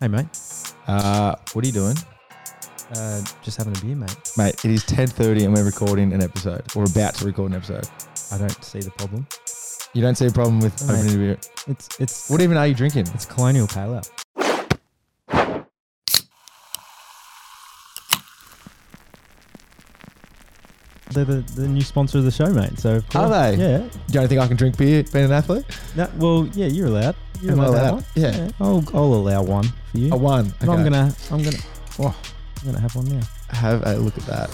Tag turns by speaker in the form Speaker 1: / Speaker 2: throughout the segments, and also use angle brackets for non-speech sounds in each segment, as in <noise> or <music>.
Speaker 1: Hey, mate.
Speaker 2: Uh, what are you doing,
Speaker 1: Uh, just having a beer, mate.
Speaker 2: mate? It is ten thirty, and we're recording an episode. We're about to record an episode.
Speaker 1: I don't see the problem.
Speaker 2: You don't see a problem with
Speaker 1: No,
Speaker 2: opening a beer?
Speaker 1: It's it's
Speaker 2: What even are you drinking?
Speaker 1: it's colonial pale ale. They're the, the new sponsor of the show, mate. So of
Speaker 2: Are
Speaker 1: course-
Speaker 2: they?
Speaker 1: Yeah.
Speaker 2: Do you think I can drink beer being an athlete?
Speaker 1: No, well, yeah, you're allowed. You're
Speaker 2: Am I
Speaker 1: to have
Speaker 2: allowed?
Speaker 1: one.
Speaker 2: Yeah.
Speaker 1: I'll, I'll allow one for you.
Speaker 2: I won.
Speaker 1: And I'm
Speaker 2: Okay.
Speaker 1: gonna I'm gonna oh, I'm gonna have one now.
Speaker 2: have a look at that.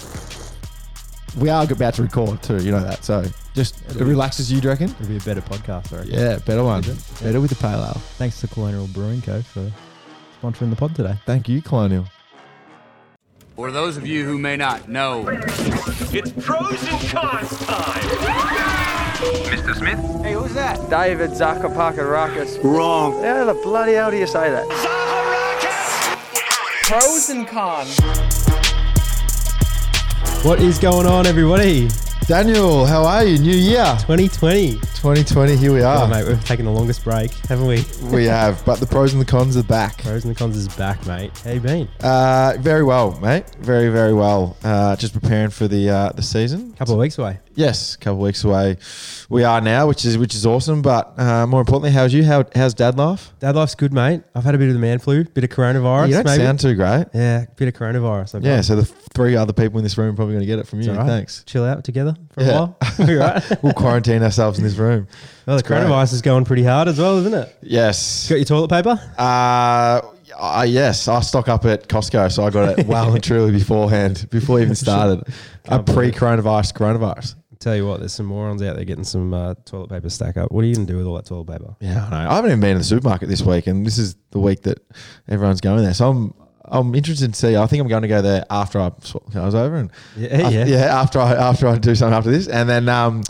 Speaker 2: We are about to record too. You know that, so just it relaxes you. Do you reckon?
Speaker 1: It'll be a better podcast, I reckon.
Speaker 2: Yeah, better one.
Speaker 1: Is it?
Speaker 2: Better with the pale ale.
Speaker 1: Thanks to Colonial Brewing Co. for sponsoring the pod today.
Speaker 2: Thank you, Colonial.
Speaker 3: For those of you who may not know,
Speaker 4: It's pros and cons time.
Speaker 5: Hey, who's that? David Zakopakarakis. Wrong. How the bloody hell do you say that? Pros and cons.
Speaker 1: What is going on, everybody?
Speaker 2: Daniel, how are you? New year,
Speaker 1: 2020.
Speaker 2: 2020. Here we
Speaker 6: Oh,
Speaker 2: are.
Speaker 6: mate, we've taken the longest break, haven't we?
Speaker 2: we have, but the pros and the cons are back.
Speaker 6: Pros and the cons is back, mate. How you been? A
Speaker 2: Uh, very well, mate. Very, very well. Uh, just preparing for the uh, the season.
Speaker 6: couple of weeks away.
Speaker 2: yes, a couple weeks away. We are now, which is which is awesome. But uh, more importantly, how's you? How, how's dad life?
Speaker 6: Dad life's good, mate. I've had a bit of the man flu, bit of coronavirus,
Speaker 2: you don't
Speaker 6: maybe.
Speaker 2: sound too great.
Speaker 6: yeah, bit of coronavirus. I've
Speaker 2: Yeah.
Speaker 6: got.
Speaker 2: So the three other people in this room are probably going to get it from
Speaker 6: It's
Speaker 2: you.
Speaker 6: all right.
Speaker 2: Thanks.
Speaker 6: Chill out together for
Speaker 2: Yeah.
Speaker 6: a <laughs>
Speaker 2: <laughs>
Speaker 6: while. We're right. <laughs>
Speaker 2: We'll quarantine ourselves in this room.
Speaker 6: well, the
Speaker 2: It's great.
Speaker 6: coronavirus is going pretty hard as well, isn't it?
Speaker 2: Yes.
Speaker 6: Got your toilet paper?
Speaker 2: Uh, uh, yes, I stock up at Costco, so I
Speaker 6: <laughs>
Speaker 2: got it well and truly beforehand, before it even started. A
Speaker 6: believe it.
Speaker 2: pre-coronavirus, coronavirus.
Speaker 6: I tell you what, there's some morons out there getting some uh, toilet paper stack up. What are you gonna do with all that toilet paper?
Speaker 2: Yeah, I know. I haven't even been in the supermarket this week, and this is the week that everyone's going there. So I'm I'm interested to see. I think I'm going to go there after I sw- I was over and
Speaker 6: Yeah,
Speaker 2: af-
Speaker 6: yeah.
Speaker 2: after I after I do something after this, and then um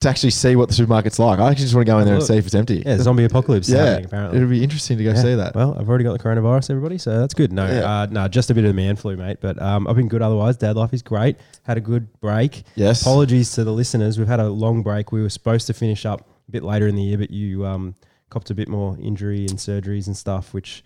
Speaker 2: to actually see what the supermarket's like. I actually just want to go in there and
Speaker 6: Look.
Speaker 2: see if it's empty.
Speaker 6: Yeah, zombie apocalypse
Speaker 2: Yeah.
Speaker 6: happening apparently.
Speaker 2: it'll be interesting to go see that.
Speaker 6: Well, I've already got the coronavirus, everybody, so that's good. No,
Speaker 2: Yeah.
Speaker 6: uh, no, just a bit of the man flu, mate. But um, I've been good otherwise. Dad life is great. Had a good break.
Speaker 2: Yes.
Speaker 6: Apologies to the listeners. We've had a long break. We were supposed to finish up a bit later in the year, but you um, copped a bit more injury and surgeries and stuff, which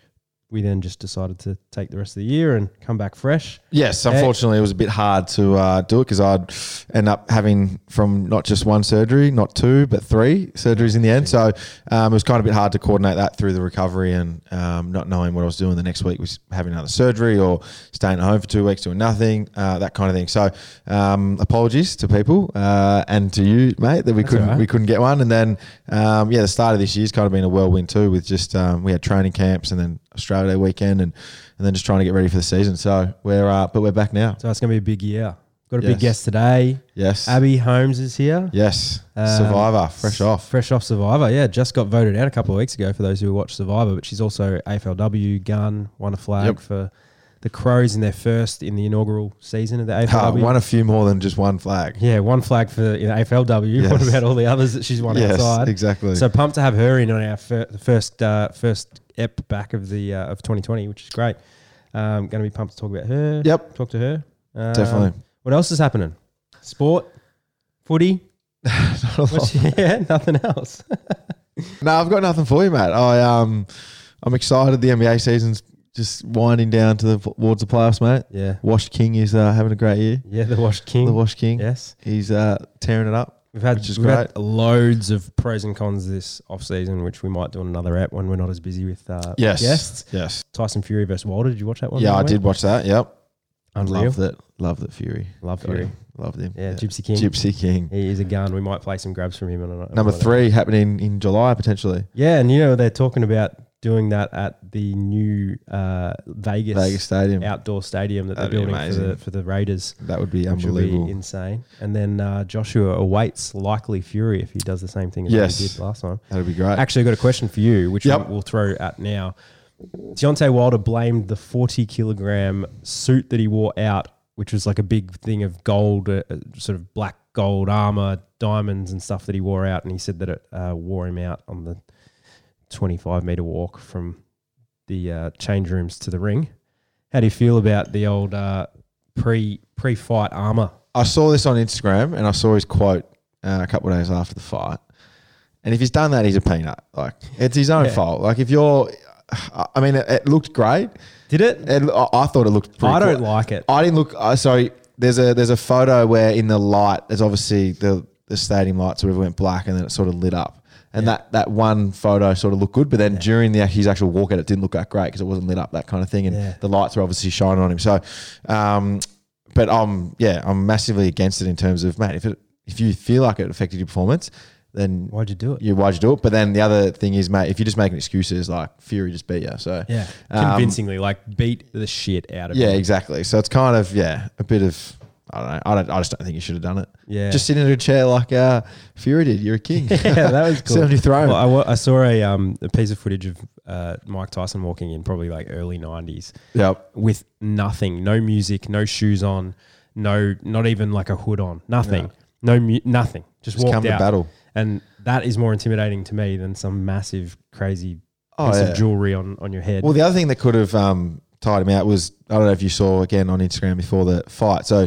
Speaker 6: we then just decided to take the rest of the year and come back fresh.
Speaker 2: Yes, unfortunately, it was a bit hard to uh, do it because I'd end up having from not just one surgery, not two, but three surgeries in the end. So um, it was kind of a bit hard to coordinate that through the recovery and um, not knowing what I was doing the next week was having another surgery or staying at home for two weeks doing nothing, uh, that kind of thing. So um, apologies to people uh, and to you, mate, that we couldn't
Speaker 6: alright.
Speaker 2: we couldn't get one. And then um, yeah, the start of this year's kind of been a whirlwind too, with just um, we had training camps and then Australia Day weekend and and then just trying to get ready for the season. So we're uh, but we're back now.
Speaker 6: So it's going to be a big year. Got a
Speaker 2: Yes.
Speaker 6: big guest today.
Speaker 2: Yes,
Speaker 6: Abby Holmes is here.
Speaker 2: yes,
Speaker 6: Um,
Speaker 2: Survivor, fresh off.
Speaker 6: Fresh off Survivor, yeah. Just got voted out a couple of weeks ago for those who watched Survivor, but she's also AFLW gun, won a flag
Speaker 2: Yep.
Speaker 6: for the Crows in their first in the inaugural season of the
Speaker 2: Ah,
Speaker 6: AFLW.
Speaker 2: won a few more than just one flag.
Speaker 6: yeah, one flag for the you know, AFLW. <laughs> What
Speaker 2: Yes.
Speaker 6: about all the others that she's won
Speaker 2: Yes,
Speaker 6: outside?
Speaker 2: exactly.
Speaker 6: So pumped to have her in on our fir- the first uh, first ep back of the uh, of 2020, which is great. Um, Going to be pumped to talk about her.
Speaker 2: Yep.
Speaker 6: talk to her. Um,
Speaker 2: <laughs> Definitely.
Speaker 6: What else is happening? Sport, footy.
Speaker 2: <laughs>
Speaker 6: What's- <laughs> yeah, nothing else.
Speaker 2: No, I've got nothing for you, mate. I um, I'm excited. The NBA season's just winding down to the towards the playoffs, mate.
Speaker 6: Yeah.
Speaker 2: Wash King is uh, having a great year.
Speaker 6: Yeah, the Wash King.
Speaker 2: The Wash King,
Speaker 6: Yes.
Speaker 2: he's uh, tearing it up.
Speaker 6: We've had,
Speaker 2: Which is
Speaker 6: we've had loads of pros and cons this off season, which we might do on another app when we're not as busy with uh,
Speaker 2: Yes,
Speaker 6: guests.
Speaker 2: yes.
Speaker 6: Tyson Fury versus Wilder. Did you watch that one?
Speaker 2: yeah,
Speaker 6: by
Speaker 2: I
Speaker 6: the way?
Speaker 2: did watch that. Yep.
Speaker 6: Unreal.
Speaker 2: Loved it. Loved it. Fury.
Speaker 6: Love
Speaker 2: Got
Speaker 6: Fury.
Speaker 2: him. Loved him.
Speaker 6: Yeah, Gypsy King.
Speaker 2: Gypsy King.
Speaker 6: He is a gun. We might play some grabs from him. On, on
Speaker 2: Number
Speaker 6: one of them.
Speaker 2: three happening in July potentially.
Speaker 6: Yeah, and you know they're talking about doing that at the new uh, Vegas,
Speaker 2: Vegas Stadium.
Speaker 6: outdoor stadium that
Speaker 2: That'd be
Speaker 6: they're building for
Speaker 2: amazing.
Speaker 6: the, for the Raiders.
Speaker 2: That would be
Speaker 6: Which would be
Speaker 2: unbelievable.
Speaker 6: insane. And then uh, Joshua awaits likely Fury if he does the same thing as
Speaker 2: Yes.
Speaker 6: he did last time.
Speaker 2: That'd be great.
Speaker 6: Actually, I've got a question for you, which
Speaker 2: Yep.
Speaker 6: we- we'll throw at now. Deontay Wilder blamed the 40 kilogram suit that he wore out, which was like a big thing of gold, uh, uh, sort of black gold armor, diamonds, and stuff that he wore out. And he said that it uh, wore him out on the 25 meter walk from the uh, change rooms to the ring. How do you feel about the old uh, pre pre fight armor?
Speaker 2: I saw this on Instagram and I saw his quote uh, a couple of days after the fight. And if he's done that, he's a peanut. Like it's his own fault. Like if you're I I mean, it, it looked great.
Speaker 6: Did it?
Speaker 2: It, I I thought it looked. Pretty
Speaker 6: I don't
Speaker 2: cool.
Speaker 6: like it.
Speaker 2: I didn't look. Uh, so there's a there's a photo where in the light, there's obviously the the stadium lights sort of went black and then it sort of lit up. And that, that one photo sort of looked good, but then during the his actual walkout, it didn't look that great because it wasn't lit up, that kind of thing. And
Speaker 6: Yeah.
Speaker 2: the lights were obviously shining on him. So, um, but um, yeah, I'm massively against it in terms of mate. If it if you feel like it affected your performance, then
Speaker 6: Why'd you do it?
Speaker 2: Yeah, why'd you do it? But then the other thing is, mate, if you're just making excuses, like Fury just beat you. So
Speaker 6: Yeah.
Speaker 2: um,
Speaker 6: Convincingly, like beat the shit out of
Speaker 2: yeah,
Speaker 6: it.
Speaker 2: exactly. So it's kind of yeah, a bit of I don't know. I don't. I just don't think you should have done it.
Speaker 6: Yeah.
Speaker 2: just sit in a chair like uh, Fury did. You're a king.
Speaker 6: <laughs> Yeah, that
Speaker 2: <laughs>
Speaker 6: was cool.
Speaker 2: Sit on your throne.
Speaker 6: Well, I, wa- I saw a, um, a piece of footage of uh, Mike Tyson walking in, probably like early 90s.
Speaker 2: yep.
Speaker 6: with nothing, no music, no shoes on, no, not even like a hood on, nothing, no, mu- nothing. Just,
Speaker 2: Just
Speaker 6: walked
Speaker 2: come to
Speaker 6: out.
Speaker 2: battle.
Speaker 6: and that is more intimidating to me than some massive crazy
Speaker 2: Oh,
Speaker 6: piece
Speaker 2: yeah.
Speaker 6: of jewelry on on your head.
Speaker 2: Well, the other thing that could have um, tied him out was I don't know if you saw again on Instagram before the fight. So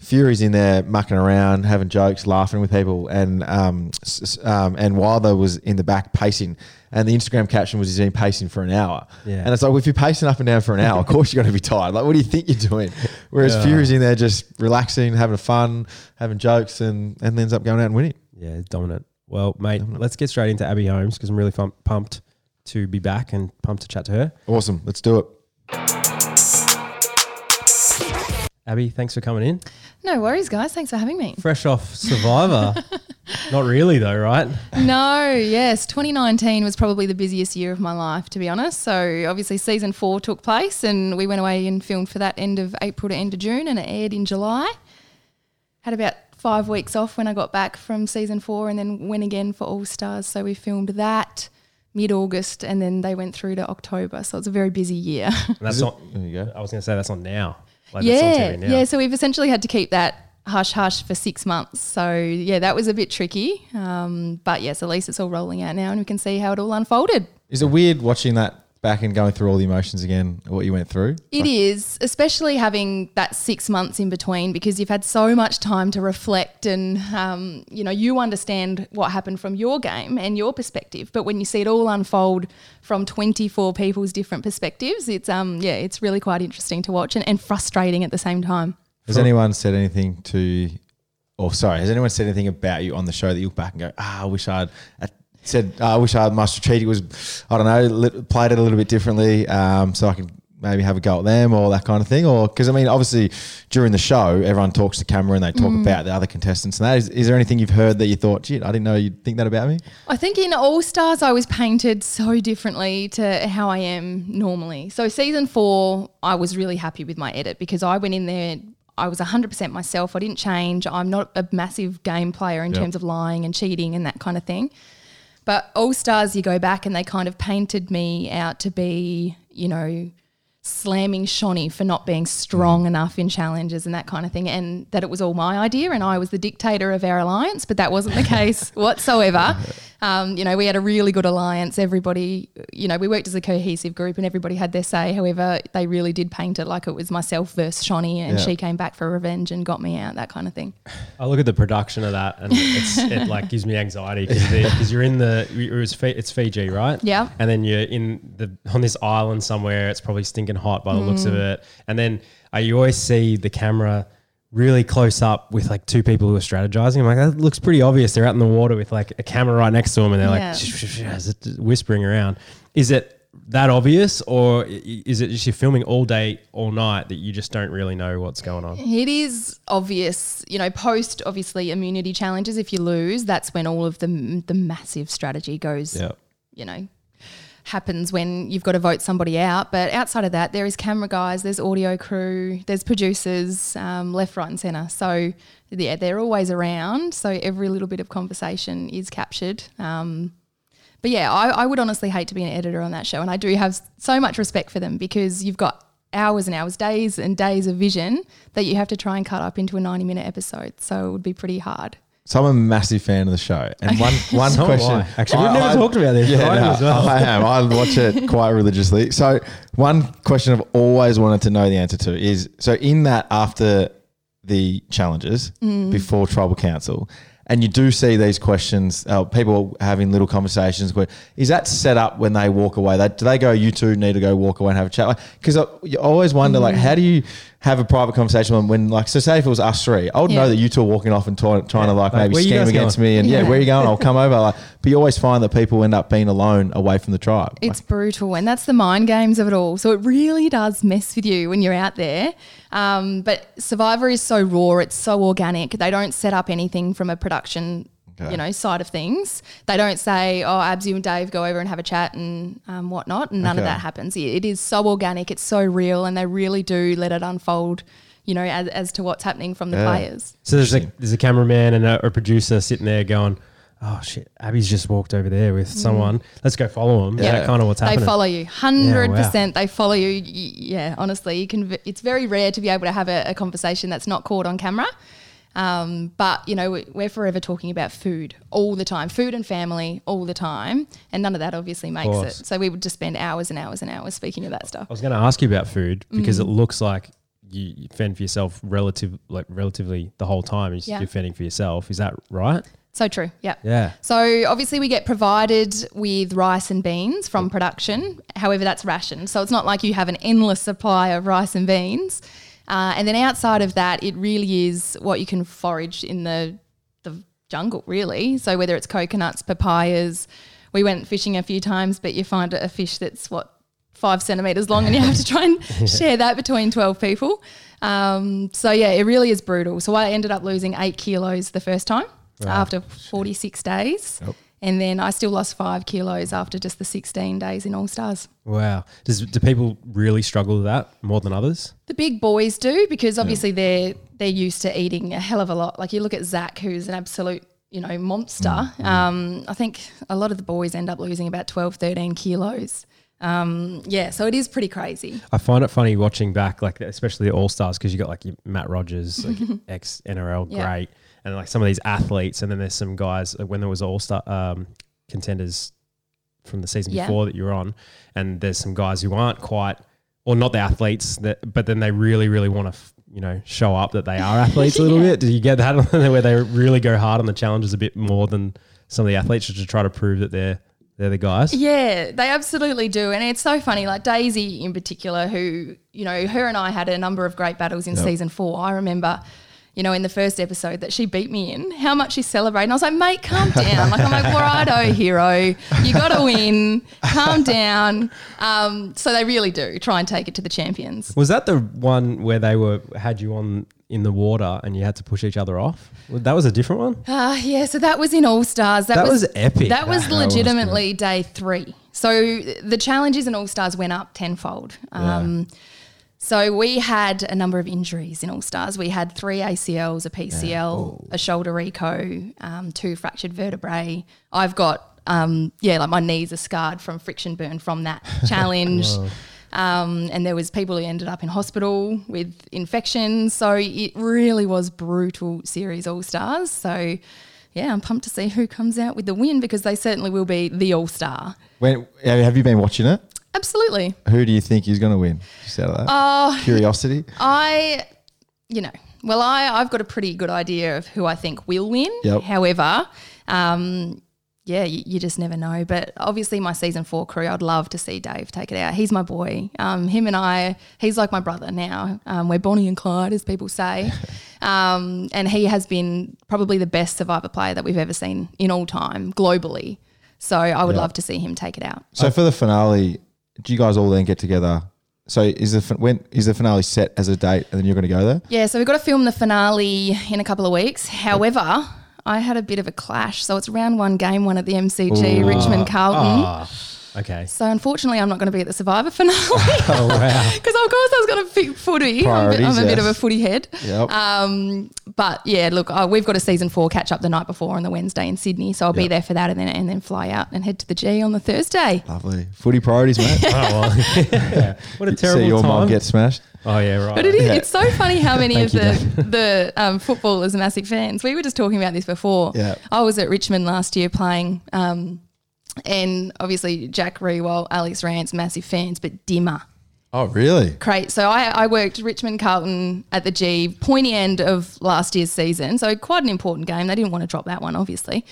Speaker 2: Fury's in there mucking around, having jokes, laughing with people, and um, s- s- um, and Wilder was in the back pacing, and the Instagram caption was he's been pacing for an hour.
Speaker 6: Yeah.
Speaker 2: And it's like well, if you're pacing up and down for an hour, of course you're going to be tired. Like, what do you think you're <laughs> doing? Whereas
Speaker 6: Yeah.
Speaker 2: Fury's in there just relaxing, having fun, having jokes, and and ends up going out and winning.
Speaker 6: yeah, dominant. Well, mate, let's get straight into Abby Holmes because I'm really fum- pumped to be back and pumped to chat to her.
Speaker 2: Awesome. Let's do it.
Speaker 6: Abby, thanks for coming in.
Speaker 7: No worries, guys. Thanks for having me.
Speaker 6: Fresh off
Speaker 7: <laughs>
Speaker 6: Survivor. Not really though, right?
Speaker 7: No, yes. 2019 was probably the busiest year of my life, to be honest. So, obviously, season four took place, and we went away and filmed for that end of April to end of June, and it aired in July. Had about five weeks off when I got back from season four, and then went again for All Stars. So, we filmed that mid August, and then they went through to October. So, it's a very busy year. <laughs>
Speaker 6: And that's not.
Speaker 2: There you go.
Speaker 6: I was going to say that's on now. Like
Speaker 7: yeah, yeah. So we've essentially had to keep that hush hush for six months. So yeah, that was a bit tricky. Um, but yes, at least it's all rolling out now, and we can see how it all unfolded.
Speaker 2: Is it weird watching that back and going through all the emotions again? What you went through?
Speaker 7: It is, especially having that six months in between because you've had so much time to reflect and, um, you know, you understand what happened from your game and your perspective. But when you see it all unfold from 24 people's different perspectives, it's, um, yeah, it's really quite interesting to watch and, and frustrating at the same time.
Speaker 2: Has anyone said anything to, or sorry, has anyone said anything about you on the show that you look back and go, ah, I wish I'd I said, ah, I wish I my strategy was, I don't know, lit, played it a little bit differently, um, so I could maybe have a go at them or that kind of thing, or because I mean, obviously during the show, everyone talks to camera and they talk
Speaker 6: Mm.
Speaker 2: about the other contestants and that. Is, is there anything you've heard that you thought, shit, I didn't know you'd think that about me?
Speaker 7: I think in All Stars, I was painted so differently to how I am normally. So, season four, I was really happy with my edit because I went in there, I was 100% myself. I didn't change. I'm not a massive game player in terms of lying and cheating and that kind of thing. But All Stars, you go back and they kind of painted me out to be, you know, slamming Shawnee for not being strong enough in challenges and that kind of thing, and that it was all my idea and I was the dictator of our alliance, but that wasn't the case whatsoever. Um, you know, we had a really good alliance. Everybody, you know, we worked as a cohesive group and everybody had their say. However, they really did paint it like it was myself versus Shawnee, and
Speaker 2: Yeah.
Speaker 7: she came back for revenge and got me out, that kind of thing.
Speaker 6: I look at the production of that, and it's, it like gives me anxiety because you're in the it was Fi- it's Fiji, right?
Speaker 7: Yeah.
Speaker 6: And then you're in the on this island somewhere. It's probably stinking hot by the looks of
Speaker 7: Mm.
Speaker 6: it. And then uh, you always see the camera really close up with like two people who are strategizing. I'm like, that looks pretty obvious. They're out in the water with like a camera right next to them, and they're
Speaker 7: Yeah.
Speaker 6: like <laughs> just whispering around. Is it? That obvious, or i- is it just you're filming all day, all night that you just don't really know what's going on?
Speaker 7: It is obvious, you know, post obviously immunity challenges. If you lose, that's when all of the the massive strategy goes. You know, happens when you've got to vote somebody out. But outside of that, there is camera guys, there's audio crew, there's producers, um, left, right, and centre. So yeah, they're always around. So every little bit of conversation is captured. Um, but yeah, I, I would honestly hate to be an editor on that show, and I do have so much respect for them because you've got hours and hours, days and days of vision that you have to try and cut up into a ninety-minute episode. So it would be pretty hard.
Speaker 2: So I'm a massive fan of the show,
Speaker 6: <laughs>
Speaker 2: and one one
Speaker 6: So am
Speaker 2: question.
Speaker 6: I. Oh, Actually, we've never talked about this, but I am as well.
Speaker 2: I am. I watch it quite religiously. So one question I've always wanted to know the answer to is: so in that after the challenges before tribal council, and you do see these questions. Uh, people having little conversations. Where is that set up when they walk away? That do they go? You two need to go walk away and have a chat. Because I you always wonder, like, how do you have a private conversation when, when like, so say if it was us three, I would
Speaker 7: Yeah.
Speaker 2: know that you two are walking off and try, trying to like
Speaker 6: Like,
Speaker 2: maybe
Speaker 6: where you
Speaker 2: scam
Speaker 6: guys
Speaker 2: against
Speaker 6: going?
Speaker 2: me and yeah.
Speaker 7: Yeah.
Speaker 2: where are you going? I'll come over. Like, but you always find that people end up being alone away from the tribe.
Speaker 7: It's brutal, and that's the mind games of it all. So it really does mess with you when you're out there. Um, but Survivor is so raw; it's so organic. They don't set up anything from a production, you know, side of things. They don't say, "Oh, Absy and Dave go over and have a chat and um, whatnot." And none of
Speaker 2: Okay.
Speaker 7: that happens. It it is so organic. It's so real, and they really do let it unfold. You know, as, as to what's happening from the players.
Speaker 6: So there's a there's a cameraman and a, a producer sitting there going, "Oh shit, Abby's just walked over there with someone. Let's go follow him." Yeah,
Speaker 2: Yeah.
Speaker 6: kind of what's happening.
Speaker 7: Mm. They follow you, hundred percent. They follow you. Y- Yeah, honestly, you can. v- It's very rare to be able to have a, a conversation that's not caught on camera. Um, but you know, we- we're forever talking about food all the time, food and family all the time, and none of that obviously makes it.
Speaker 6: course.
Speaker 7: So we would just spend hours and hours and hours speaking of that stuff.
Speaker 6: I was going to ask you about food
Speaker 7: Mm.
Speaker 6: because it looks like you you fend for yourself relative like relatively the whole time. You just-
Speaker 7: Yeah.
Speaker 6: You're fending for yourself. Is that right?
Speaker 7: So true. Yeah.
Speaker 6: Yeah.
Speaker 7: So obviously we get provided with rice and beans from production. However, that's rationed. So it's not like you have an endless supply of rice and beans. Uh, and then outside of that, it really is what you can forage in the the jungle, really. So whether it's coconuts, papayas, we went fishing a few times, but you find a fish that's what five centimeters long, and you have to try and share that between twelve people. Um, so yeah, it really is brutal. So I ended up losing eight kilos the first time after forty six days, and then I still lost five kilos after just the sixteen days in All Stars.
Speaker 6: Wow. Does do people really struggle with that more than others?
Speaker 7: The big boys do because obviously they're they're used to eating a hell of a lot. Like you look at Zach, who's an absolute you know monster. Um, I think a lot of the boys end up losing about 12, 13 kilos. Um, yeah, so it is pretty crazy.
Speaker 6: I find it funny watching back, like especially the All Stars, because you got like your Matt Rogers,
Speaker 7: <laughs>
Speaker 6: like ex NRL
Speaker 7: Yeah.
Speaker 6: great, and like some of these athletes, and then there's some guys like, when there was All Star um, contenders from the season
Speaker 7: Yeah.
Speaker 6: before that you're on, and there's some guys who aren't quite, or not the athletes that, but then they really, really want to. F- you know, show up that they are
Speaker 7: <laughs>
Speaker 6: athletes a little bit. Do you get that <laughs> where they really go hard on the challenges a bit more than some of the athletes just to try to prove that they're they're the guys?
Speaker 7: Yeah, they absolutely do. And it's so funny, like Daisy in particular, who, you know, her and I had a number of great battles in season four. I remember, you know, in the first episode that she beat me in, how much she celebrated. And I was like, mate,
Speaker 6: <laughs>
Speaker 7: calm down. Like, I'm like, righto, hero. You got to win. Calm down. Um, so they really do try and take it to the champions.
Speaker 6: Was that the one where they were had you on in the water and you had to push each other off? Well, That was a different one.
Speaker 7: Ah, yeah. So that was in All Stars. That,
Speaker 6: That was epic.
Speaker 7: That was
Speaker 6: That- that was
Speaker 7: legitimately day three. So the challenges in All Stars went up tenfold. Um, So we had a number of injuries in All Stars. We had three ACLs, a PCL, a shoulder eco, um, two fractured vertebrae. I've got um, yeah, like my knees are scarred from friction burn from that challenge. Um, and there was people who ended up in hospital with infections. So it really was brutal series All Stars. So yeah, I'm pumped to see who comes out with the win because they certainly will be the All Star.
Speaker 2: When have you been watching it?
Speaker 7: Absolutely.
Speaker 2: Who do you think is going to win? Just out of that
Speaker 7: Oh. <laughs>
Speaker 2: curiosity.
Speaker 7: I, you know, well, I, I've got a pretty good idea of who I think will win.
Speaker 2: Yep.
Speaker 7: However, um, yeah, you, you just never know. But obviously, my season four crew, I'd love to see Dave take it out. He's my boy. Um, him and I, he's like my brother now. Um, we're Bonnie and Clyde, as people say. um, and he has been probably the best survivor player that we've ever seen in all time globally. So I would love to see him take it out.
Speaker 2: So for the finale, do you guys all then get together? So is the fin- when is the finale set as a date, and then you're going to go there?
Speaker 7: Yeah, so we've got to film the finale in a couple of weeks. However, I had a bit of a clash. So it's round one, game one at the MCG, Richmond Carlton.
Speaker 2: Ah.
Speaker 6: Ah, Okay.
Speaker 7: So unfortunately, I'm not going to be at the
Speaker 2: <laughs>
Speaker 7: Survivor finale. Because
Speaker 6: Oh
Speaker 7: <laughs>
Speaker 6: wow.
Speaker 7: of course I was going to pick footy. I'm, a bit- I'm a
Speaker 2: Priorities,
Speaker 7: bit of a
Speaker 2: yes.
Speaker 7: footy head.
Speaker 2: Yep.
Speaker 7: Um, but yeah, look, uh, we've got a season four catch up the night before on the Wednesday in Sydney. So I'll be there for that and then, and then fly out and head to the G on the Thursday.
Speaker 2: Lovely footy priorities,
Speaker 7: <laughs>
Speaker 2: mate.
Speaker 6: oh, well. yeah. What a terrible
Speaker 2: See your
Speaker 6: time.
Speaker 2: mum get smashed.
Speaker 6: oh yeah, right.
Speaker 7: But it is,
Speaker 2: Yeah.
Speaker 7: it's so funny how many of
Speaker 6: you,
Speaker 7: <laughs> the, the um, footballers are massive fans. We were just talking about this before.
Speaker 2: Yeah.
Speaker 7: I was at Richmond last year playing, um, and obviously Jack Rewell, Alex Rance, massive fans, but Dimmer.
Speaker 2: Oh, really?
Speaker 7: Great. So I, I worked Richmond Carlton at the G, pointy end of last year's season. So quite an important game. They didn't want to drop that one, obviously.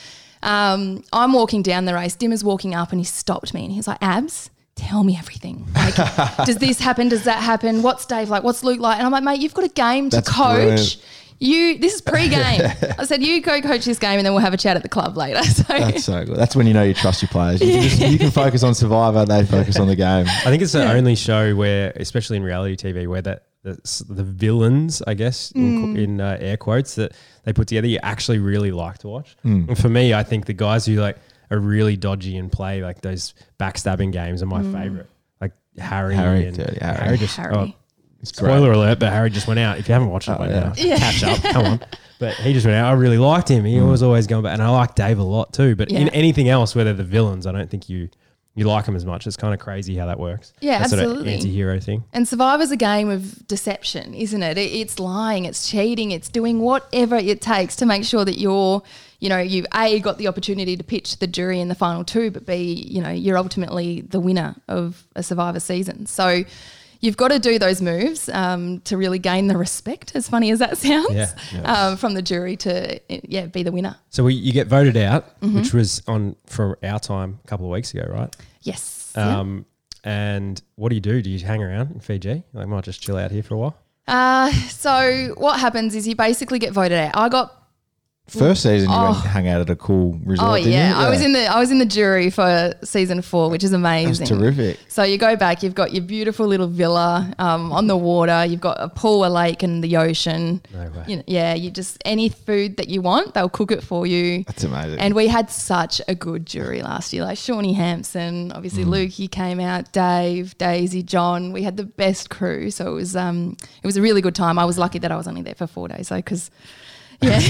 Speaker 7: Um, I'm walking down the race. Dimmer's walking up and he stopped me and he's like, Abs, tell me everything.
Speaker 2: <laughs>
Speaker 7: Like, does this happen? Does that happen? What's Dave like? What's Luke like? And I'm like, mate, you've got a game to
Speaker 2: That's
Speaker 7: coach.
Speaker 2: brilliant.
Speaker 7: You, this is
Speaker 2: <laughs>
Speaker 7: pre-game. I said, you go coach this game and then we'll have a chat at the club later. <laughs> So
Speaker 2: That's so good. That's when you know you trust your players. You, can, just, you can focus on Survivor, they focus on the game.
Speaker 6: I think it's the only show where, especially in reality TV, where that that's the villains, I guess, in,
Speaker 7: Mm.
Speaker 6: qu- in uh, air quotes, that they put together, you actually really like to watch.
Speaker 2: Mm.
Speaker 6: And for me, I think the guys who like are really dodgy and play like those backstabbing games are my favorite. Like Harry,
Speaker 2: Harry,
Speaker 6: and
Speaker 2: dirty Harry.
Speaker 6: just
Speaker 7: Mm. Harry.
Speaker 6: oh,
Speaker 2: It's great.
Speaker 6: spoiler alert, but Harry just went out. If you haven't
Speaker 7: Oh,
Speaker 6: watched it by
Speaker 2: yeah.
Speaker 6: now, catch up. Come on. But he just went out. I really liked him. He was always going back, and I like Dave a lot too. But in
Speaker 7: Mm. Yeah.
Speaker 6: anything else, where they're the villains, I don't think you you like them as much. It's kind of crazy how that works.
Speaker 7: Yeah,
Speaker 6: that
Speaker 7: absolutely.
Speaker 6: anti-hero thing.
Speaker 7: And Survivor's a game of deception, isn't it? it? It's lying, it's cheating, it's doing whatever it takes to make sure that you're, you know, you've A, got the opportunity to pitch the jury in the final two, but B, you know, you're ultimately the winner of a Survivor season. So you've got to do those moves um, to really gain the respect, as funny as that <laughs> sounds,
Speaker 6: Yeah,
Speaker 7: um, from the jury to, yeah, be the winner.
Speaker 6: So we, you get voted out,
Speaker 7: Mm-hmm.
Speaker 6: which was on for our time a couple of weeks ago, right?
Speaker 7: Yes. Yeah.
Speaker 6: Um, and what do you do? Do you hang around in Fiji? Like, might just chill out here for a while.
Speaker 7: Uh, so what happens is you basically get voted out. I got
Speaker 2: First season, you went and hung out at a cool resort.
Speaker 7: Oh
Speaker 2: didn't
Speaker 7: yeah.
Speaker 2: you?
Speaker 7: I was in the I was in the jury for season four, which is amazing.
Speaker 2: terrific.
Speaker 7: So you go back, you've got your beautiful little villa um, on the water. You've got a pool, a lake, and the ocean. No
Speaker 6: way.
Speaker 7: You know, yeah, you just any food that you want, they'll cook it for you.
Speaker 2: That's amazing.
Speaker 7: And we had such a good jury last year. Like Shawnee Hampson, obviously Luke, he came out, Dave, Daisy, John. We had the best crew, so it was um, it was a really good time. I was lucky that I was only there for four days, though, because. Yeah.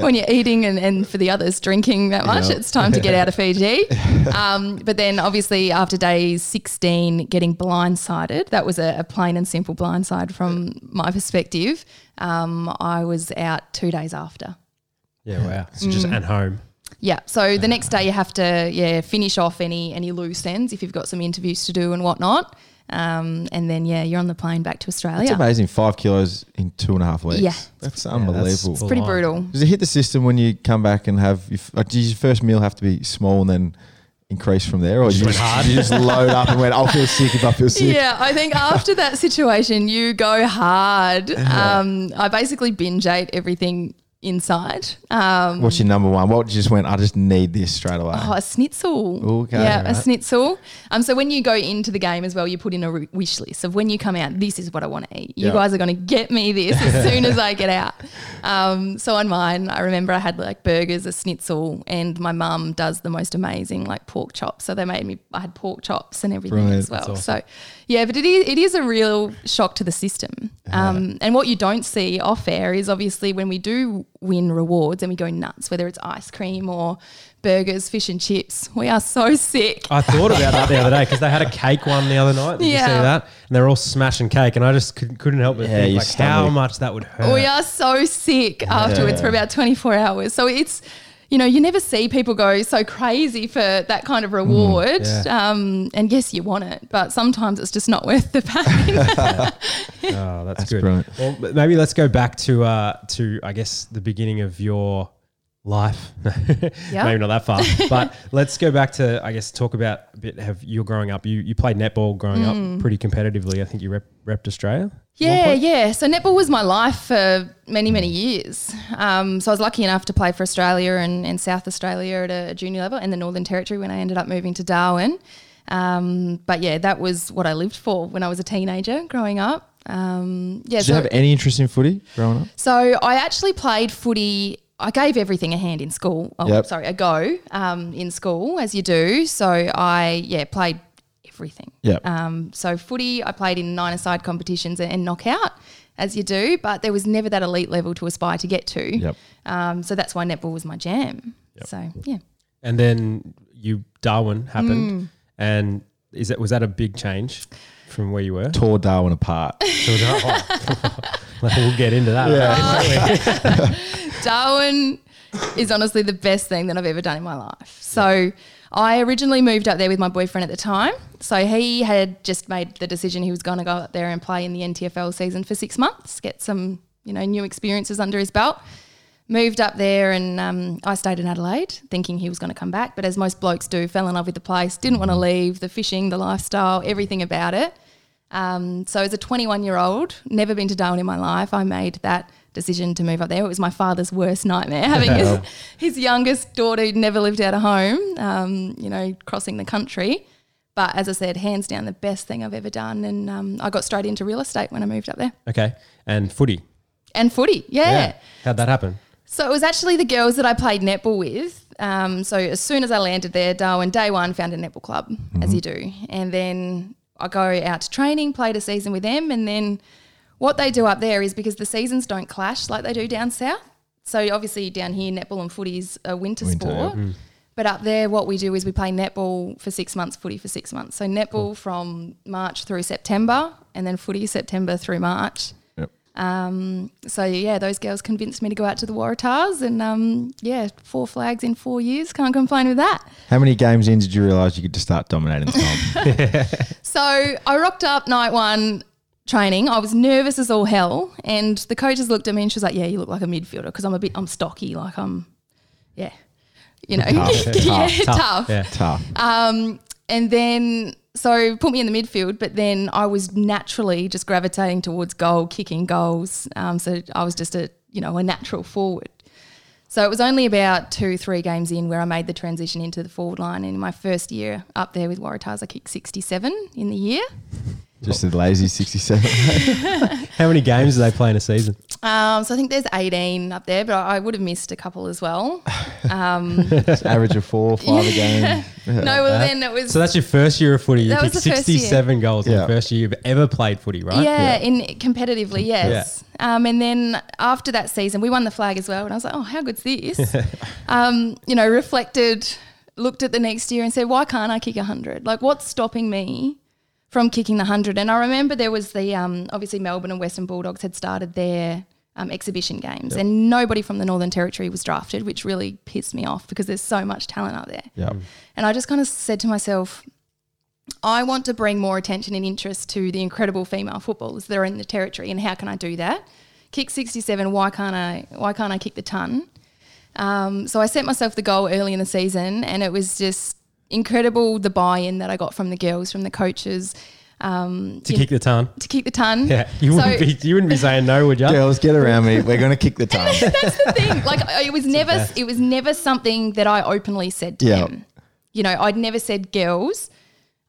Speaker 7: when you're eating and, and for the others drinking that much, it's time to get out of Fiji. Um, but then obviously after day 16, getting blindsided, that was a, a plain and simple blindside from my perspective. Um, I was out two days after.
Speaker 6: Yeah,
Speaker 7: <laughs>
Speaker 6: wow. So just
Speaker 7: Mm.
Speaker 6: at home.
Speaker 7: Yeah. So the next day you have to yeah finish off any any loose ends if you've got some interviews to do and whatnot, um, and then yeah you're on the plane back to
Speaker 2: It's
Speaker 7: Australia.
Speaker 2: amazing. Five kilos in two and a half weeks.
Speaker 7: Yeah.
Speaker 2: That's unbelievable.
Speaker 7: It's pretty
Speaker 6: Blimey.
Speaker 7: brutal.
Speaker 2: Does it hit the system when you come back and have your, f- like, does your first meal have to be small and then increase from there, or you
Speaker 6: went
Speaker 2: just,
Speaker 6: hard?
Speaker 2: you just load up and went? I'll feel sick if I feel sick.
Speaker 7: Yeah, I think after that situation, you go hard. Um, I basically binge ate everything inside. Um,
Speaker 2: What's your number one? What just went? I just need this straight away.
Speaker 7: Oh, a schnitzel.
Speaker 2: Okay.
Speaker 7: yeah, a
Speaker 2: Right.
Speaker 7: schnitzel. Um, so when you go into the game as well, you put in a re- wish list of when you come out, this is what I want to eat. You
Speaker 2: Yeah.
Speaker 7: guys are going to get me this
Speaker 2: <laughs>
Speaker 7: as soon as I get out. Um, so on mine, I remember I had like burgers, a schnitzel, and my mum does the most amazing like pork chops. So they made me, I had pork chops and everything
Speaker 2: Right.
Speaker 7: as well. So yeah, but it is, it is a real shock to the system. Um, and what you don't see off air is obviously when we do win rewards and we go nuts, whether it's ice cream or burgers, fish and chips, we are so sick.
Speaker 6: I thought about that the other day because they had a cake one the other night. Did you see
Speaker 7: Yeah.
Speaker 6: that? And they're all smashing cake, and I just couldn't, couldn't help but
Speaker 2: Yeah,
Speaker 6: think
Speaker 2: you
Speaker 6: like how
Speaker 2: stomach.
Speaker 6: much that would hurt.
Speaker 7: We are so sick afterwards for about 24 hours. So it's, you know, you never see people go so crazy for that kind of reward.
Speaker 6: yeah.
Speaker 7: um, and yes, you want it, but sometimes it's just not worth the pain. <laughs>
Speaker 6: Oh, that's, good.
Speaker 2: brilliant.
Speaker 6: Well, m- maybe let's go back to uh, to I guess the beginning of your life. <laughs> Maybe not that
Speaker 7: <laughs>
Speaker 6: far, but let's go back to I guess talk about a bit. Have you growing up? You you played netball growing up pretty competitively. I think you rep, repped Australia.
Speaker 7: Mm. yeah, yeah. So netball was my life for many, many years. Um, so I was lucky enough to play for Australia and, and South Australia at a junior level and the Northern Territory when I ended up moving to Darwin. Um, but yeah, that was what I lived for when I was a teenager growing up. Um, yeah,
Speaker 2: Did you
Speaker 7: so-
Speaker 2: have any interest in footy growing up?
Speaker 7: So I actually played footy. I gave everything a hand in school. Oh,
Speaker 2: Yep.
Speaker 7: sorry, a go um, in school as you do. So I yeah played everything.
Speaker 2: Yep.
Speaker 7: Um, so footy, I played in nine-a-side competitions and, and knockout as you do, but there was never that elite level to aspire to get to.
Speaker 2: Yep.
Speaker 7: Um, so that's why netball was my jam. So yeah. Mm.
Speaker 6: And then you Darwin happened, and is that was that a big change from where you were?
Speaker 2: Tore Darwin apart.
Speaker 6: So
Speaker 7: <laughs>
Speaker 6: we'll get into that.
Speaker 7: Darwin is honestly the best thing that I've ever done in my life. So I originally moved up there with my boyfriend at the time. So he had just made the decision he was going to go up there and play in the NTFL season for six months, get some, you know, new experiences under his belt. Moved up there and um, I stayed in Adelaide thinking he was going to come back. But as most blokes do, fell in love with the place, didn't want to leave, the fishing, the lifestyle, everything about it. Um, so as a 21 year old, never been to Darwin in my life, I made that decision to move up there. It was my father's worst nightmare, <laughs> having his, his youngest daughter who'd never lived out of home, um, you know, crossing the country. But as I said, hands down the best thing I've ever done. And um, I got straight into real estate when I moved up there.
Speaker 6: Okay. And footy.
Speaker 7: And footy, yeah.
Speaker 6: How'd that happen?
Speaker 7: So it was actually the girls that I played netball with. Um, so as soon as I landed there, Darwin, day one, found a netball club, as you do. And then I go out to training, played a season with them. And then what they do up there is because the seasons don't clash like they do down south. So obviously down here, netball and footy is a winter, sport. But up there, what we do is we play netball for six months, footy for six months. So netball from March through September, and then footy September through March. Um, so yeah, those girls convinced me to go out to the Waratahs, and um, yeah, four flags in four years. Can't complain with that.
Speaker 2: <laughs> How many games in did you realise you could just start dominating the <laughs> comp?
Speaker 7: So I rocked up night one training. I was nervous as all hell, and the coaches looked at me and she was like, "Yeah, you look like a midfielder because I'm a bit, I'm stocky, like I'm, yeah, you know, <laughs> yeah, tough."
Speaker 6: Yeah.
Speaker 2: Tough.
Speaker 7: Um, And then so put me in the midfield, but then I was naturally just gravitating towards goal, kicking goals. Um, so I was just a you know a natural forward. So it was only about two, three games in where I made the transition into the forward line. And in my first year up there with Waratahs, I kicked 67 in the year.
Speaker 2: Just a lazy 67.
Speaker 6: How many games do they play in a season?
Speaker 7: Um, so I think there's 18 up there, but I, I would have missed a couple as well.
Speaker 2: Just <laughs> average of four, five
Speaker 7: <laughs>
Speaker 2: a game.
Speaker 7: No, well then it was
Speaker 6: So that's your first year of footy. You
Speaker 7: That
Speaker 6: kicked
Speaker 7: was the first year.
Speaker 6: 67 goals in
Speaker 2: Yeah.
Speaker 6: the first year you've ever played footy, right?
Speaker 7: Yeah, in competitively, yes. Um, and then after that season, we won the flag as well, and I was like, oh, how good's this? um, you know, reflected, looked at the next year, and said, why can't I kick hundred? Like, what's stopping me from kicking the hundred? And I remember there was the um, obviously Melbourne and Western Bulldogs had started their um, exhibition games, and nobody from the Northern Territory was drafted, which really pissed me off because there's so much talent out there.
Speaker 2: Yeah.
Speaker 7: And I just kind of said to myself, I want to bring more attention and interest to the incredible female footballers that are in the territory, and how can I do that? Kick 67. Why can't I? Why can't I kick the ton? Um, so I set myself the goal early in the season, and it was just incredible the buy-in that I got from the girls, from the coaches, um,
Speaker 6: To
Speaker 7: you-
Speaker 6: kick the ton.
Speaker 7: to kick the ton.
Speaker 6: Yeah. You
Speaker 7: So-
Speaker 6: wouldn't, be, you wouldn't be saying no, would you?
Speaker 2: Girls, get around me. We're going to
Speaker 7: <laughs>
Speaker 2: kick the time.
Speaker 6: <laughs>
Speaker 7: thing. Like I- it was never it was never something that I openly said to
Speaker 2: Yeah.
Speaker 7: him. You know, I'd never said girls.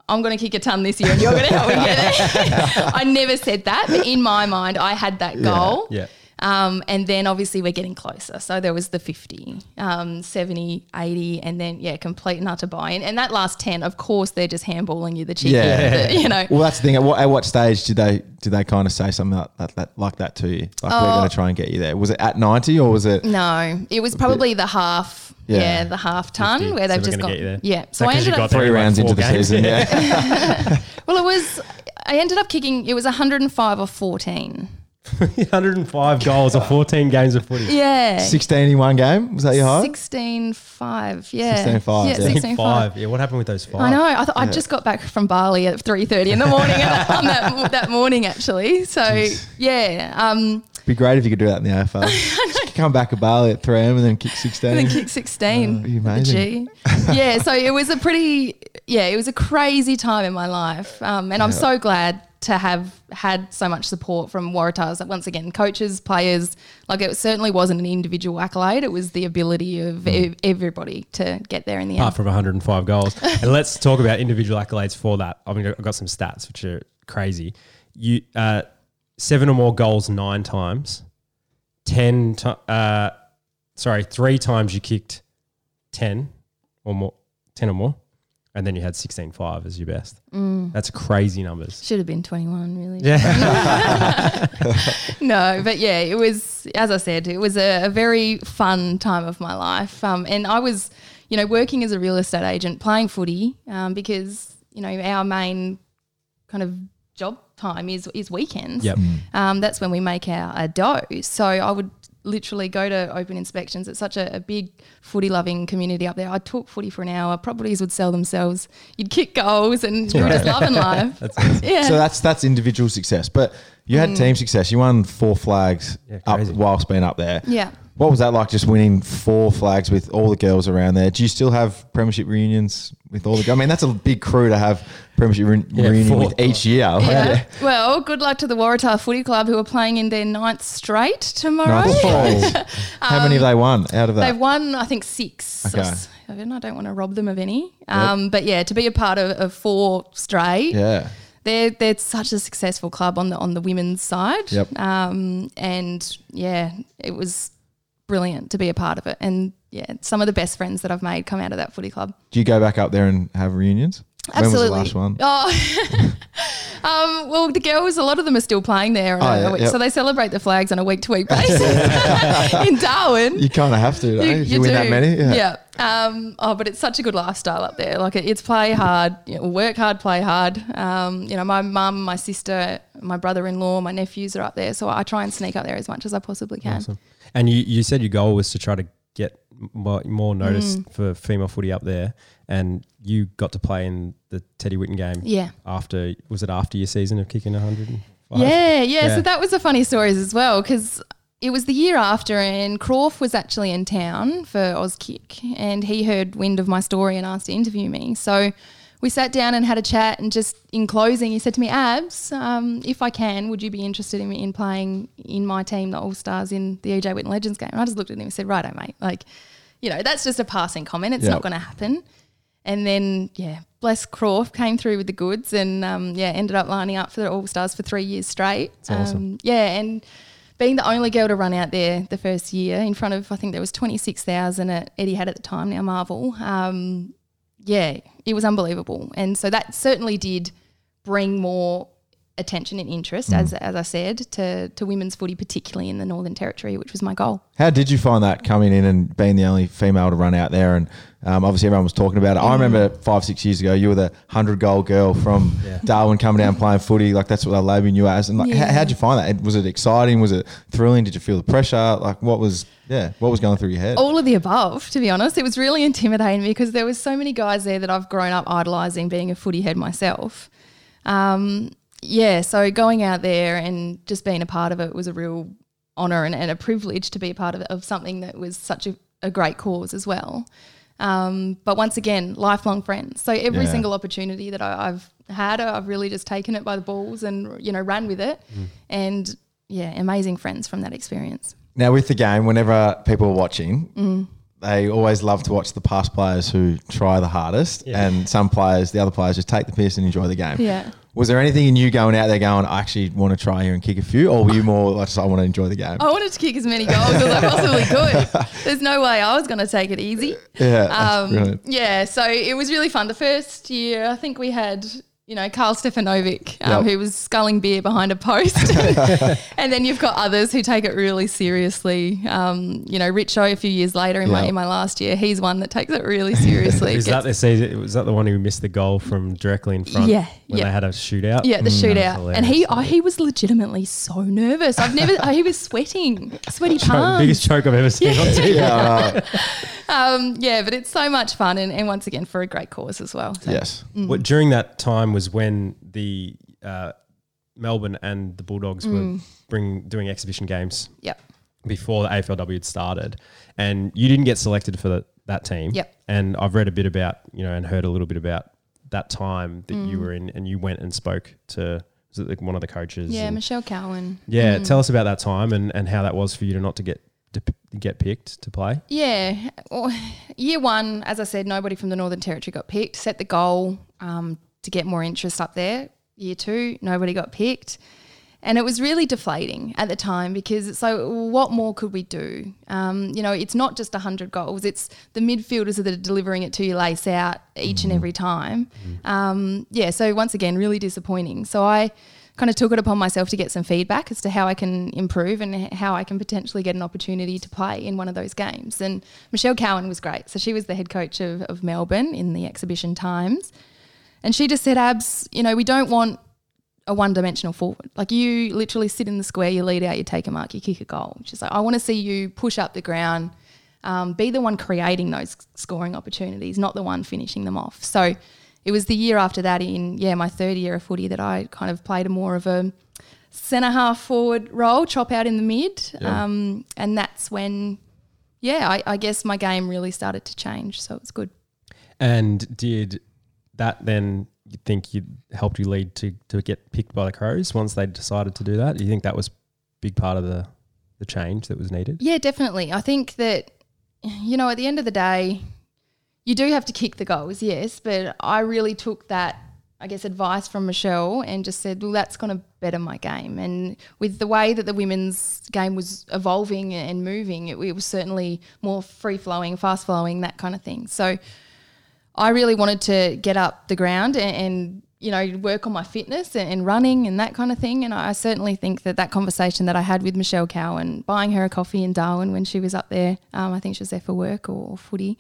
Speaker 7: I'm going to kick a ton this year, and you're going to help me get
Speaker 6: <laughs>
Speaker 7: it. I never said that, but in my mind, I had that goal.
Speaker 6: Yeah. <laughs>
Speaker 7: Um, and then obviously we're getting closer. So there was the 50, um, 70, 80, and then, yeah, complete and utter buy in. And that last 10, of course, they're just handballing you the
Speaker 2: <laughs>
Speaker 7: cheeky, <laughs>
Speaker 2: Yeah.
Speaker 7: the- you know.
Speaker 2: Well, that's the thing. At what, at what stage did they did they kind of say something like that, that like that to you? Like we're going to try and get you there. Was it at ninety or was it?
Speaker 7: Oh. No, it was probably the half, yeah,
Speaker 2: Yeah.
Speaker 7: the half ton
Speaker 6: 50.
Speaker 7: where they've
Speaker 6: So we're
Speaker 7: just
Speaker 6: gonna
Speaker 7: got,
Speaker 6: get you there.
Speaker 7: yeah.
Speaker 6: So 'cause you got
Speaker 7: up,
Speaker 6: there
Speaker 2: Three
Speaker 6: in like
Speaker 2: rounds
Speaker 6: four
Speaker 2: into the
Speaker 6: games.
Speaker 2: season, yeah. <laughs>
Speaker 7: well, it was, I ended up kicking, it was 105 or 14.
Speaker 6: 105 goals or 14 games of footy.
Speaker 7: Yeah.
Speaker 2: Sixteen in one game. Was that your high?
Speaker 7: 16, 5. Yeah.
Speaker 2: 16, five,
Speaker 7: Yeah,
Speaker 2: yeah.
Speaker 7: 16, 5.
Speaker 6: Five. Yeah, what happened with those five?
Speaker 7: I know. I thought I just got back from Bali at three thirty in the morning <laughs> on that that morning actually. So yeah, um,
Speaker 2: Be great if you could do that in the
Speaker 7: <laughs>
Speaker 2: AFL. Just come back a Bali at three M and then kick sixteen. Uh,
Speaker 7: and then kick sixteen.
Speaker 2: you
Speaker 7: with the
Speaker 2: amazing.
Speaker 7: G. yeah. So it
Speaker 2: <laughs>
Speaker 7: was a pretty yeah, it was a crazy time in my life, um, and I'm so glad to have had so much support from Waratahs. Once again, coaches, players. Like it certainly wasn't an individual accolade. It was the ability of ev- everybody to get there in the end.
Speaker 6: Apart from 105 goals. and let's talk about individual accolades for that. I mean, I've got some stats which are crazy. You uh, Seven or more goals nine times. Ten, ti uh, sorry, three times you kicked 10 or more. 10 or more. And then you had 16.5 as your best.
Speaker 7: Mm.
Speaker 6: That's crazy numbers.
Speaker 7: Should have been 21, really.
Speaker 6: Yeah.
Speaker 7: <laughs> No, but yeah, it was, as I said, it was a, a very fun time of my life. Um, and I was, you know, working as a real estate agent, playing footy, um, because, you know, our main kind of job time is, is weekends.
Speaker 6: Yep.
Speaker 7: Um, that's when we make our, our dough. So I would literally go to open inspections. It's such a, a big footy loving community up there. I talk footy for an hour. Properties would sell themselves. You'd kick goals and you were just loving life.
Speaker 6: <laughs>
Speaker 7: yeah.
Speaker 2: So that's that's individual success. But you
Speaker 7: Mm.
Speaker 2: had team success. You won four flags
Speaker 6: Yeah,
Speaker 2: up
Speaker 6: crazy.
Speaker 2: whilst being up there.
Speaker 7: Yeah.
Speaker 2: What was that like? Just winning four flags with all the girls around there. Do you still have premiership reunions with all the? I mean, that's a big crew to have premiership re- reunion
Speaker 6: four.
Speaker 2: with each year. Like,
Speaker 7: Yeah. Well, good luck to the Waratah Footy Club who are playing in their ninth straight tomorrow.
Speaker 2: Ninth
Speaker 7: <laughs>
Speaker 2: straight. How many have they won out of that?
Speaker 7: Um, They've won, I think, six. or
Speaker 2: Okay.
Speaker 7: s- I don't- I don't want to rob them of any. Um, But yeah, to be a part of, of four straight,
Speaker 2: yeah.
Speaker 7: they're they're such a successful club on the on the women's side.
Speaker 2: Yep.
Speaker 7: Um, and yeah, it was brilliant to be a part of it. And yeah, some of the best friends that I've made come out of that footy club.
Speaker 2: Do you go back up there and have reunions?
Speaker 7: Absolutely.
Speaker 2: When was the last one?
Speaker 7: Oh. <laughs> Um, well, the girls, a lot of them are still playing there, on
Speaker 2: Oh,
Speaker 7: a-
Speaker 2: yeah,
Speaker 7: a week-
Speaker 2: yep.
Speaker 7: so they celebrate the flags on a
Speaker 2: <laughs>
Speaker 7: week-to-week basis in Darwin.
Speaker 2: You kind of have to, don't you? If you win that many. Yeah.
Speaker 7: Yeah. Um, oh, but it's such a good lifestyle up there. Like it- it's play hard, you know, work hard, play hard. Um, you know, my mum, my sister, my brother-in-law, my nephews are up there, so I try and sneak up there as much as I possibly can.
Speaker 6: And you, you said your goal was to try to get more, more notice
Speaker 7: Mm.
Speaker 6: for female footy up there, and you got to play in the Teddy Whitten game.
Speaker 7: Yeah.
Speaker 6: After was it after your season of kicking hundred?
Speaker 7: Yeah, yeah,
Speaker 6: Yeah.
Speaker 7: So that was a funny stories as well because it was the year after, and Croft was actually in town for Auskick, and he heard wind of my story and asked to interview me. So we sat down and had a chat, and just in closing, he said to me, "Abs, um, if I can, would you be interested in, in playing in my team, the All Stars, in the EJ Witten Legends game?" And I just looked at him and said, "Righto, mate. Like, you know, that's just a passing comment. It's
Speaker 2: Yeah.
Speaker 7: not going to happen." And then, yeah, Bless Croft came through with the goods and, um, yeah, ended up lining up for the All Stars for three years straight. Um, yeah, and being the only girl to run out there the first year in front of, I think there was 26,000 at Eddie had at the time, now Marvel. Um, yeah, it was unbelievable. And so that certainly did bring more attention and interest, as, as I said, to, to women's footy, particularly in the Northern Territory, which was my goal.
Speaker 2: How did you find that coming in and being the only female to run out there? And um, obviously, everyone was talking about it. I remember five, six years ago, you were the 100 goal girl from Darwin coming down playing footy. Like, that's what they labeled you as. And, like, how, how'd you find that? And Was it exciting? Was it thrilling? Did you feel the pressure? Like, what was, yeah, what was going through your head?
Speaker 7: all of the above, to be honest. It was really intimidating because there was so many guys there that I've grown up idolising being a footy head myself. Um, yeah, so going out there and just being a part of it was a real honour and, and a privilege to be a part of, of something that was such a, a great cause as well. Um, but once again, lifelong friends. So every
Speaker 2: Yeah.
Speaker 7: single opportunity that I, I've had, I've really just taken it by the balls and, you know, ran with it. And yeah, amazing friends from that experience.
Speaker 2: Now, with the game, whenever people are watching,
Speaker 7: Mm.
Speaker 2: they always love to watch the past players who try the hardest, and some players, the other players, just take the piss and enjoy the game.
Speaker 7: Yeah.
Speaker 2: Was there anything in you going out there going, I actually want to try here and kick a few, or were you more like, just, I want to enjoy the game?
Speaker 7: I wanted to kick as many goals as I possibly could. There's no way I was going to take it easy.
Speaker 2: yeah, <laughs> that's
Speaker 7: Um,
Speaker 2: brilliant.
Speaker 7: yeah, so it was really fun. The first year, I think we had, you know, Carl Stefanovic, um,
Speaker 2: Yep.
Speaker 7: who was sculling beer behind a post. <laughs> and then you've got others who take it really seriously. Um, you know, Richo a few years later in, my,
Speaker 2: Yep.
Speaker 7: in my last year, he's one that takes it really seriously.
Speaker 6: Is that
Speaker 7: Gets-
Speaker 6: the season? Was that the one who missed the goal from directly in front?
Speaker 7: Yeah,
Speaker 6: When
Speaker 7: yeah.
Speaker 6: they had a shootout.
Speaker 7: yeah, the shootout,
Speaker 6: hilarious.
Speaker 7: and he oh, he was legitimately so nervous. I've never <laughs> oh, he was sweating, sweaty
Speaker 6: Oh, the
Speaker 7: palms.
Speaker 6: biggest choke I've ever seen on TV.
Speaker 7: Yeah, but it's so much fun and, and once again for a great cause as well. So.
Speaker 2: Yes.
Speaker 6: What during that time was when the uh, Melbourne and the Bulldogs
Speaker 7: Mm.
Speaker 6: were bring doing exhibition games
Speaker 7: Yep.
Speaker 6: before the AFLW had started, and you didn't get selected for the, that team.
Speaker 7: Yep.
Speaker 6: And I've read a bit about you know and heard a little bit about that time that
Speaker 7: Mm.
Speaker 6: you were in, and you went and spoke to was it like one of the coaches?
Speaker 7: Yeah, mm.
Speaker 6: and-
Speaker 7: Michelle Cowan.
Speaker 6: yeah. Tell us about that time and and how that was for you to not to get to p- get picked to play.
Speaker 7: Yeah. Well, <laughs> year one, as I said, nobody from the Northern Territory got picked. Set the goal um, to get more interest up there. Year two, nobody got picked. And it was really deflating at the time because it's like, what more could we do? Um, you know, it's not just 100 goals, it's the midfielders that are delivering it to you lace out each and every time. Um, yeah, so once again, really disappointing. So I kind of took it upon myself to get some feedback as to how I can improve and h- how I can potentially get an opportunity to play in one of those games. And Michelle Cowan was great. So she was the head coach of, of Melbourne in the exhibition times. And she just said, Abs, you know, we don't want a one dimensional forward. Like you literally sit in the square, you lead out, you take a mark, you kick a goal. She's like, I want to see you push up the ground, um, be the one creating those scoring opportunities, not the one finishing them off. So it was the year after that, in yeah, my third year of footy, that I kind of played a more of a centre half forward role, chop out in the mid, um, and that's when. Yeah, I, I guess my game really started to change, so it's good.
Speaker 6: And did that then you think you helped you lead to to get picked by the Crows once they decided to do that? Do you think that was a big part of the the change that was needed?
Speaker 7: Yeah, definitely. I think that, you know, at the end of the day, you do have to kick the goals, yes, but I really took that, I guess, advice from Michelle and just said, well, that's going to better my game. And with the way that the women's game was evolving and moving, it, it was certainly more free flowing, fast flowing, that kind of thing. So I really wanted to get up the ground and, and you know, work on my fitness and, and running and that kind of thing. And I, I certainly think that that conversation that I had with Michelle Cowan, buying her a coffee in Darwin when she was up there, um, I think she was there for work or, or footy.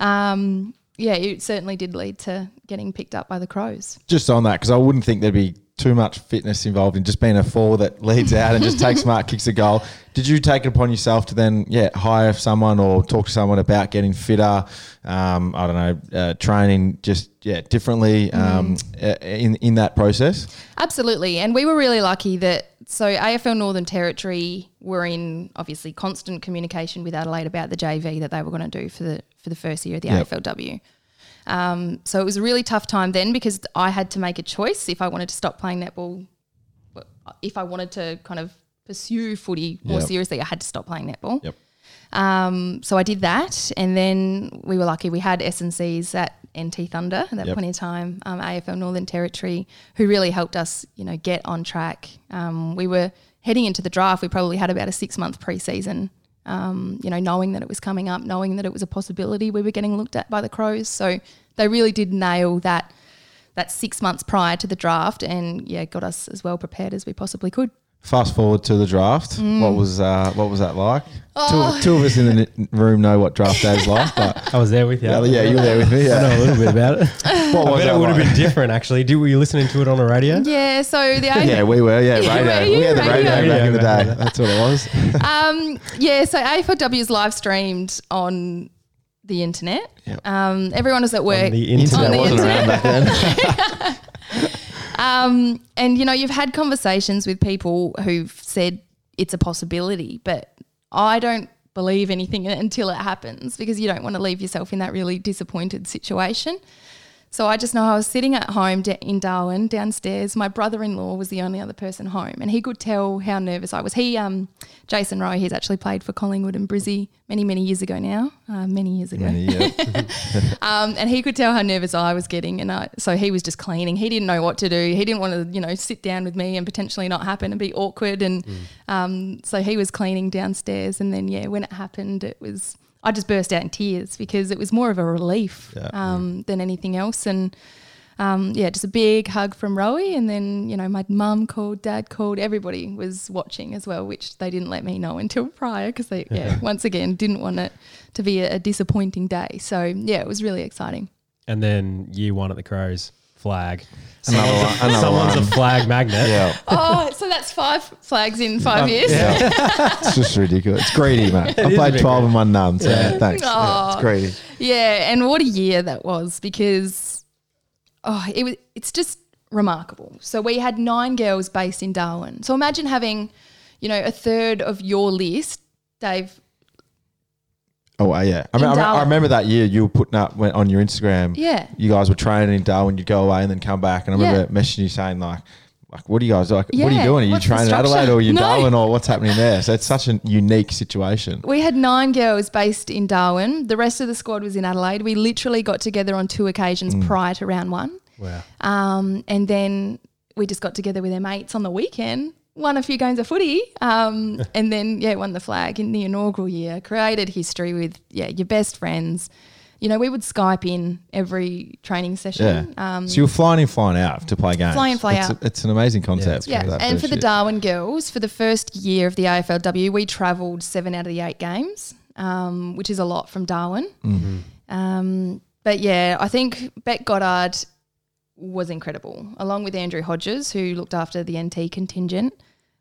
Speaker 7: Um, yeah, it certainly did lead to getting picked up by the Crows.
Speaker 2: Just on that, because I wouldn't think there'd be too much fitness involved in just being a forward that <laughs> leads out and just takes mark, kicks a goal. Did you take it upon yourself to then, yeah, hire someone or talk to someone about getting fitter? Um, I don't know, uh, training just yeah
Speaker 7: Mm.
Speaker 2: differently um, uh in in that process.
Speaker 7: Absolutely. And we were really lucky that so AFL Northern Territory were in obviously constant communication with Adelaide about the JV that they were going to do for the for the first year of the
Speaker 2: Yep.
Speaker 7: AFLW. Um, so it was a really tough time then because I had to make a choice if I wanted to stop playing netball, if I wanted to kind of pursue footy more
Speaker 2: Yep.
Speaker 7: seriously, I had to stop playing netball.
Speaker 2: Yep.
Speaker 7: Um, so I did that, and then we were lucky. We had SNCs at NT Thunder at that
Speaker 2: Yep.
Speaker 7: point in time, um, AFL Northern Territory, who really helped us, you know, get on track. Um, we were heading into the draft. We probably had about a six month preseason. Um, you know, knowing that it was coming up, knowing that it was a possibility, we were getting looked at by the Crows. So they really did nail that that six months prior to the draft, and yeah, got us as well prepared as we possibly could.
Speaker 2: Fast forward to the draft.
Speaker 7: Mm.
Speaker 2: What was uh, what was that like?
Speaker 7: Oh.
Speaker 2: Two, two of us in the n- room know what draft day is like, but
Speaker 7: <laughs>
Speaker 6: I was there with you.
Speaker 2: yeah, you were there with me.
Speaker 6: I
Speaker 2: Yeah.
Speaker 6: know a little bit about it.
Speaker 2: What
Speaker 6: I
Speaker 2: was
Speaker 6: bet
Speaker 2: that
Speaker 6: it would have
Speaker 2: like?
Speaker 6: been different actually. Did were you listening to it on the radio?
Speaker 7: Yeah, so the
Speaker 2: Yeah, we were. Yeah,
Speaker 7: Yeah,
Speaker 2: radio.
Speaker 7: were
Speaker 2: we
Speaker 7: <laughs> you?
Speaker 2: had the radio,
Speaker 7: Radio.
Speaker 2: back in the
Speaker 6: Radio,
Speaker 2: day. That's what it
Speaker 7: <laughs>
Speaker 2: was.
Speaker 7: um, yeah, so AFLW is live streamed on the internet.
Speaker 2: Yep.
Speaker 7: Um, everyone was at work.
Speaker 6: The internet.
Speaker 7: the
Speaker 2: wasn't
Speaker 7: internet.
Speaker 2: around back then.
Speaker 7: <laughs> um, and, you know, you've had conversations with people who've said it's a possibility, but I don't believe anything until it happens because you don't want to leave yourself in that really disappointed situation. So I just know I was sitting at home da- in Darwin downstairs. My brother-in-law was the only other person home, and he could tell how nervous I was. He, um, Jason Rowe, he's actually played for Collingwood and Brizzy many, many years ago now, uh, many years ago. um, and he could tell how nervous I was getting, and I, so he was just cleaning. He didn't know what to do. He didn't want to, you know, sit down with me and potentially not happen and be awkward. And um, so he was cleaning downstairs, and then yeah, when it happened, it was I just burst out in tears because it was more of a relief um, than anything else, and um, yeah, just a big hug from Rowie. And then, you know, my mum called, dad called, everybody was watching as well, which they didn't let me know until <laughs> prior because they, yeah, once again, didn't want it to be a, a disappointing day. So, yeah, it was really exciting.
Speaker 6: And then year one at the Crows, flag.
Speaker 2: Another one. Another
Speaker 6: Someone's
Speaker 2: one.
Speaker 6: a flag magnet. <laughs>
Speaker 2: yeah.
Speaker 7: <laughs> oh, so that's five flags in five years.
Speaker 2: Yeah. it's just ridiculous. It's greedy, mate. I
Speaker 6: is
Speaker 2: played 12
Speaker 6: ridiculous.
Speaker 2: and one none, so thanks. Yeah,
Speaker 7: Aw.
Speaker 2: it's greedy.
Speaker 7: <laughs> Yeah, and what a year that was because oh, it was it's just remarkable. So we had nine girls based in Darwin. So imagine having, you know, a third of your list, Dave.
Speaker 2: Oh, wow, yeah. I, mean, I,
Speaker 7: Darwin.
Speaker 2: I remember that year you were putting up went on your Instagram.
Speaker 7: Yeah.
Speaker 2: You guys were training in Darwin. You'd go away and then come back. And I remember messaging you saying, like, like, what are you guys like? What are you
Speaker 7: Yeah,
Speaker 2: doing? Are you
Speaker 7: what's the
Speaker 2: training in
Speaker 7: structure?
Speaker 2: Adelaide or are you in
Speaker 7: No.
Speaker 2: Darwin or what's happening there? So it's such a unique situation.
Speaker 7: We had nine girls based in Darwin. The rest of the squad was in Adelaide. We literally got together on two occasions prior to round one.
Speaker 6: Wow.
Speaker 7: Um, and then we just got together with their mates on the weekend, won a few games of footy, um, and then yeah, won the flag in the inaugural year. Created history with yeah your best friends. You know, we would Skype in every training
Speaker 2: Yeah.
Speaker 7: session. Um,
Speaker 2: so you're flying in, flying out to play games.
Speaker 7: Fly in, fly
Speaker 2: it's
Speaker 7: out.
Speaker 2: A, it's an amazing concept.
Speaker 7: yeah,
Speaker 2: that
Speaker 7: and for the
Speaker 2: bullshit.
Speaker 7: Darwin girls, for the first year of the AFLW, we travelled seven out of the eight games, um, which is a lot from Darwin. Um, but yeah, I think Beck Goddard was incredible, along with Andrew Hodges, who looked after the NT contingent.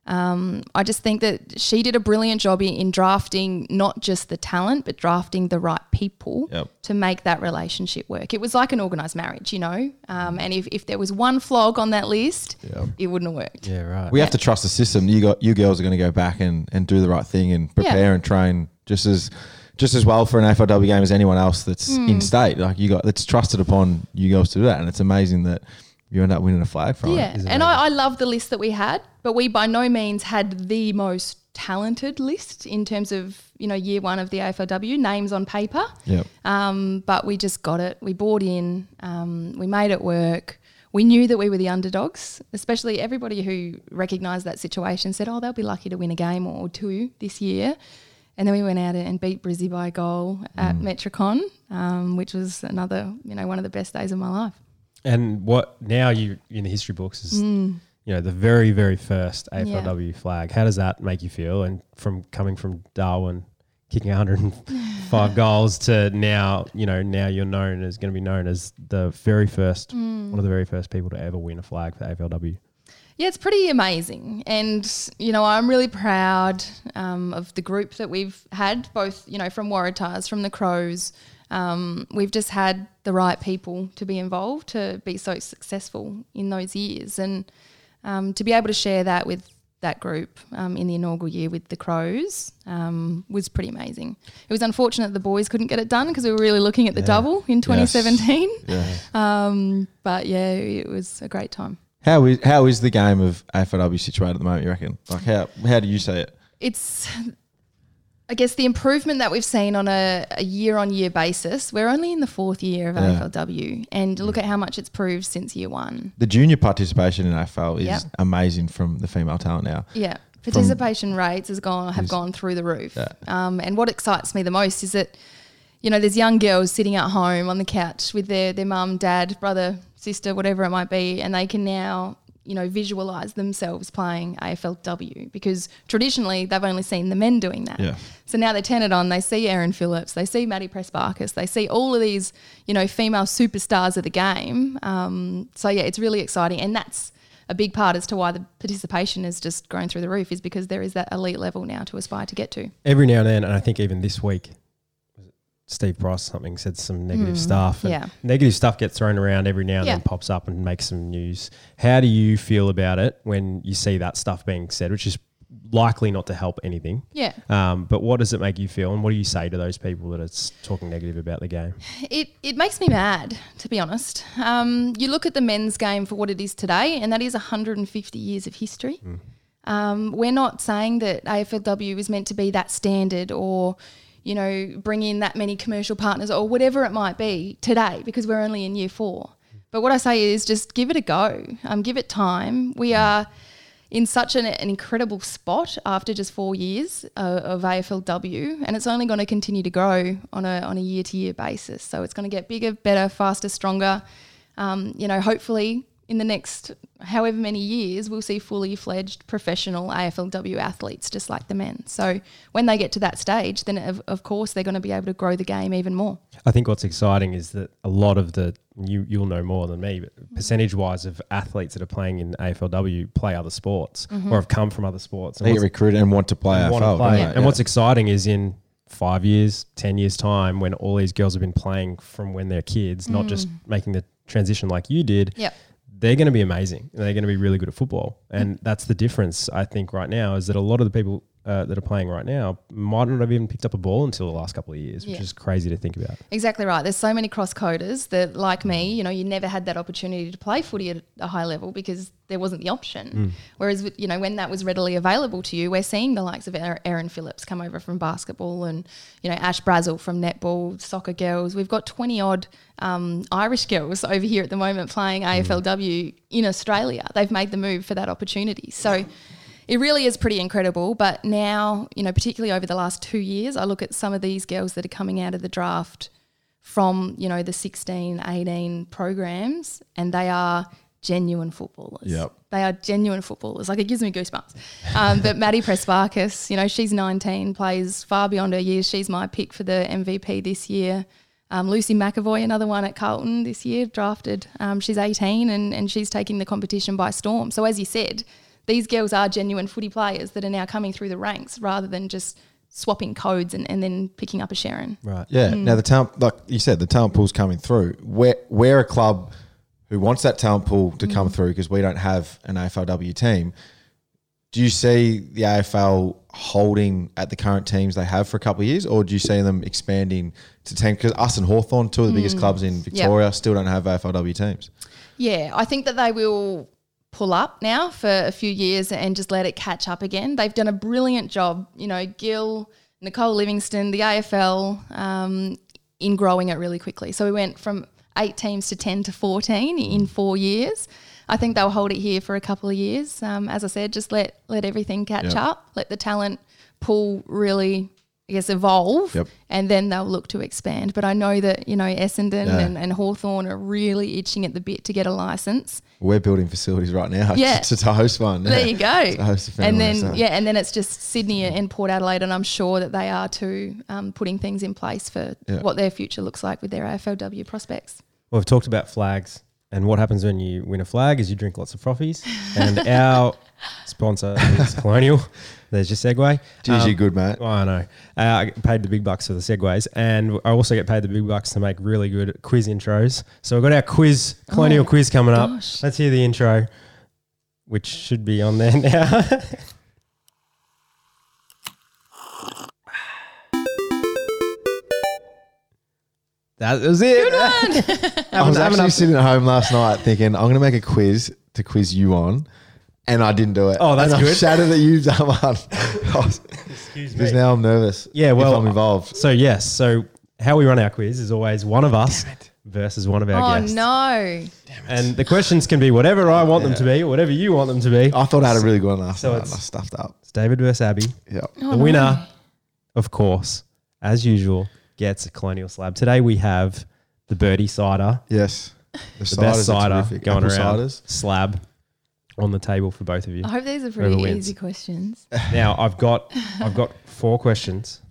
Speaker 7: Um, I just think that she did a brilliant job in, in drafting not just the talent, but drafting the right people
Speaker 2: Yep.
Speaker 7: to make that relationship work. It was like an organized marriage, you know? Um, and if, if there was one flog on that list, it wouldn't have worked.
Speaker 6: Yeah, right.
Speaker 2: We have to trust the system. You got you girls are going to go back and, and do the right thing and prepare and train just as just as well for an AFLW game as anyone else that's in state. Like you got that's trusted upon you girls to do that, and it's amazing that you end up winning a flag from
Speaker 7: Yeah,
Speaker 2: it.
Speaker 7: and I, I love the list that we had, but we by no means had the most talented list in terms of you know year one of the AFLW names on paper.
Speaker 2: Yep.
Speaker 7: Um, but we just got it. We bought in. Um, we made it work. We knew that we were the underdogs. Especially everybody who recognised that situation said, "Oh, they'll be lucky to win a game or two this year." And then we went out and beat Brizzy by a goal at Metricon, um, which was another, you know, one of the best days of my life.
Speaker 6: And what now you in the history books is you know the very very first
Speaker 7: Yeah.
Speaker 6: AFLW flag. How does that make you feel? And from coming from Darwin, kicking 105 goals to now, you know now you're known as going to be known as the very first one of the very first people to ever win a flag for AFLW.
Speaker 7: Yeah, it's pretty amazing. And, you know, I'm really proud um, of the group that we've had, both, you know, from Waratahs, from the Crows. Um, we've just had the right people to be involved to be so successful in those years. And um, to be able to share that with that group um, in the inaugural year with the Crows um, was pretty amazing. It was unfortunate the boys couldn't get it done because we were really looking at the double in 2017. Um, but yeah, it was a great time.
Speaker 2: How is how is the game of AFLW situated at the moment? You reckon? Like how how do you see it?
Speaker 7: it's I guess the improvement that we've seen on a, a year on year basis, we're only in the fourth year of AFLW and look at how much it's proved since year one.
Speaker 2: The junior participation in AFL is
Speaker 7: Yep.
Speaker 2: amazing from the female talent now.
Speaker 7: Yeah. Participation rates has gone have gone through the roof. Um, and what excites me the most is that, you know, there's young girls sitting at home on the couch with their their mum, dad, brother, sister, whatever it might be, and they can now, you know, visualize themselves playing AFLW because traditionally they've only seen the men doing that.
Speaker 2: Yeah.
Speaker 7: So now they turn it on. They see Aaron Phillips. They see Maddie Press-Barkis. They see all of these, you know, female superstars of the game. Um, so yeah, it's really exciting, and that's a big part as to why the participation has just grown through the roof is because there is that elite level now to aspire to get to.
Speaker 6: Every now and then, and I think even this week, was it Steve Price something said some negative stuff. and
Speaker 7: Mm. yeah.
Speaker 6: negative stuff gets thrown around every now and then
Speaker 7: Yeah.
Speaker 6: pops up and makes some news. How do you feel about it when you see that stuff being said, which is likely not to help anything?
Speaker 7: Yeah.
Speaker 6: Um, but what does it make you feel, and what do you say to those people that are s- talking negative about the game?
Speaker 7: it, it makes me mad, to be honest. Um, you look at the men's game for what it is today, and that is 150 years of history. Um, we're not saying that AFLW is meant to be that standard or, you know, bring in that many commercial partners or whatever it might be today because we're only in year four. But what I say is just give it a go, um, give it time. We are in such an, an incredible spot after just four years uh, of AFLW, and it's only going to continue to grow on a on a year to year basis. So it's going to get bigger, better, faster, stronger. Um, you know, hopefully in the next however many years, we'll see fully fledged professional AFLW athletes just like the men. So when they get to that stage, then of, of course they're going to be able to grow the game even more.
Speaker 6: I think what's exciting is that a lot of the you you'll know more than me, but percentage wise of athletes that are playing in AFLW play other sports
Speaker 7: Mm-hmm.
Speaker 6: or have come from other sports. And
Speaker 2: They get
Speaker 6: what's-
Speaker 2: recruited and want to play AFL.
Speaker 6: wanna
Speaker 2: don't
Speaker 6: play.
Speaker 2: they?
Speaker 6: And
Speaker 2: Yeah.
Speaker 6: what's exciting is in five years, ten years time, when all these girls have been playing from when they're kids, not just making the transition like you did.
Speaker 7: Mm. Yep.
Speaker 6: They're going to be amazing. and They're going to be really good at football, and that's the difference I think right now is that a lot of the people uh, that are playing right now might not have even picked up a ball until the last couple of years, which
Speaker 7: Yeah.
Speaker 6: is crazy to think about.
Speaker 7: Exactly right. There's so many cross coders that, like me, you know, you never had that opportunity to play footy at a high level because there wasn't the option. Whereas, with- you know, when that was readily available to you, we're seeing the likes of Aa- Aaron Phillips come over from basketball and, you know, Ash Brazel from netball, soccer girls. We've got 20 odd um, Irish girls <laughs> over here at the moment playing AFLW in Australia. They've made the move for that opportunity. So, it really is pretty incredible. But now, you know, particularly over the last two years, I look at some of these girls that are coming out of the draft from, you know, the 16, 18 programs, and they are genuine footballers.
Speaker 2: Yep.
Speaker 7: They are genuine footballers. Like it gives me goosebumps. Um, but Maddie Presbarkis, you know, she's 19, plays far beyond her years. She's my pick for the MVP this year. Um, Lucy McAvoy, another one at Carlton this year, drafted. Um, she's 18 and, and she's taking the competition by storm. So, as you said, these girls are genuine footy players that are now coming through the ranks rather than just swapping codes and, and then picking up a Sharon.
Speaker 6: Right.
Speaker 2: Yeah.
Speaker 7: Hmm.
Speaker 2: Now the talent, like you said, the talent pool's coming through. We're we're a club who wants that talent pool to
Speaker 7: Hmm.
Speaker 2: come through because we don't have an AFLW team. Do you see the AFL holding at the current teams they have for a couple of years, or do you see them expanding to team? Because us and Hawthorn, two of the
Speaker 7: Hmm.
Speaker 2: biggest clubs in Victoria, still don't have AFLW teams.
Speaker 7: Yeah, I think that they will pull up now for a few years and just let it catch up again. They've done a brilliant job, you know, Gil, Nicole Livingston, the AFL, um, in growing it really quickly. So we went from eight teams to 10 to 14 in four years. I think they'll hold it here for a couple of years. Um, as I said, just let, let everything catch
Speaker 2: Yep.
Speaker 7: up, let the talent pool really, I guess, evolve,
Speaker 2: Yep.
Speaker 7: and then they'll look to expand. But I know that, you know, Essendon
Speaker 2: Yeah.
Speaker 7: and, and Hawthorn are really itching at the bit to get a license.
Speaker 2: We're building facilities right now <laughs>
Speaker 7: Yeah.
Speaker 2: to, to host one.
Speaker 7: There you go.
Speaker 2: <laughs> To host a family,
Speaker 7: and then
Speaker 2: so-
Speaker 7: yeah, and then it's just Sydney and Port Adelaide, and I'm sure that they are too um, putting things in place for
Speaker 2: Yeah.
Speaker 7: what their future looks like with their AFLW prospects.
Speaker 6: Well, we've talked about flags, and what happens when you win a flag is you drink lots of
Speaker 7: <laughs>
Speaker 6: frothies. And our sponsor is Colonial. There's your segue.
Speaker 2: Geez,
Speaker 6: Um,
Speaker 2: you're good, mate.
Speaker 6: Oh, I know. Uh, I get paid the big bucks for the segues, and I also get paid the big bucks to make really good quiz intros. So we've got our quiz, Colonial
Speaker 7: Oh,
Speaker 6: quiz coming
Speaker 7: gosh.
Speaker 6: up. Let's hear the intro, which should be on there now. <laughs> that was it.
Speaker 2: I was
Speaker 6: one's having
Speaker 2: actually
Speaker 6: a-
Speaker 2: sitting at home last night thinking I'm going to make a quiz to quiz you on, and I didn't do it.
Speaker 6: Oh, that's
Speaker 2: and I'm
Speaker 6: good.
Speaker 2: shattered that you've done
Speaker 6: <laughs>
Speaker 2: one. Excuse Because now I'm nervous.
Speaker 6: Yeah,
Speaker 2: if
Speaker 6: well,
Speaker 2: I'm involved.
Speaker 6: So yes, so how we run our quiz is always one of us versus one of our
Speaker 7: Oh
Speaker 6: guests.
Speaker 7: no!
Speaker 6: And the questions can be whatever I want them to be, whatever you want them to be.
Speaker 7: Oh.
Speaker 2: I thought I had a really good one last
Speaker 6: So
Speaker 2: night. And
Speaker 6: it's-
Speaker 2: I stuffed up.
Speaker 6: It's David versus Abby.
Speaker 2: Yeah.
Speaker 6: the winner, of course, as usual, gets a colonial slab. Today we have the birdie cider,
Speaker 2: Yes.
Speaker 6: the best cider going
Speaker 2: Apple
Speaker 6: around
Speaker 2: Ciders.
Speaker 6: slab on the table for both of you.
Speaker 7: I hope these are
Speaker 6: Whoever
Speaker 7: pretty
Speaker 6: wins. Um,
Speaker 7: easy questions.
Speaker 6: <laughs> Now I've got I've got four questions.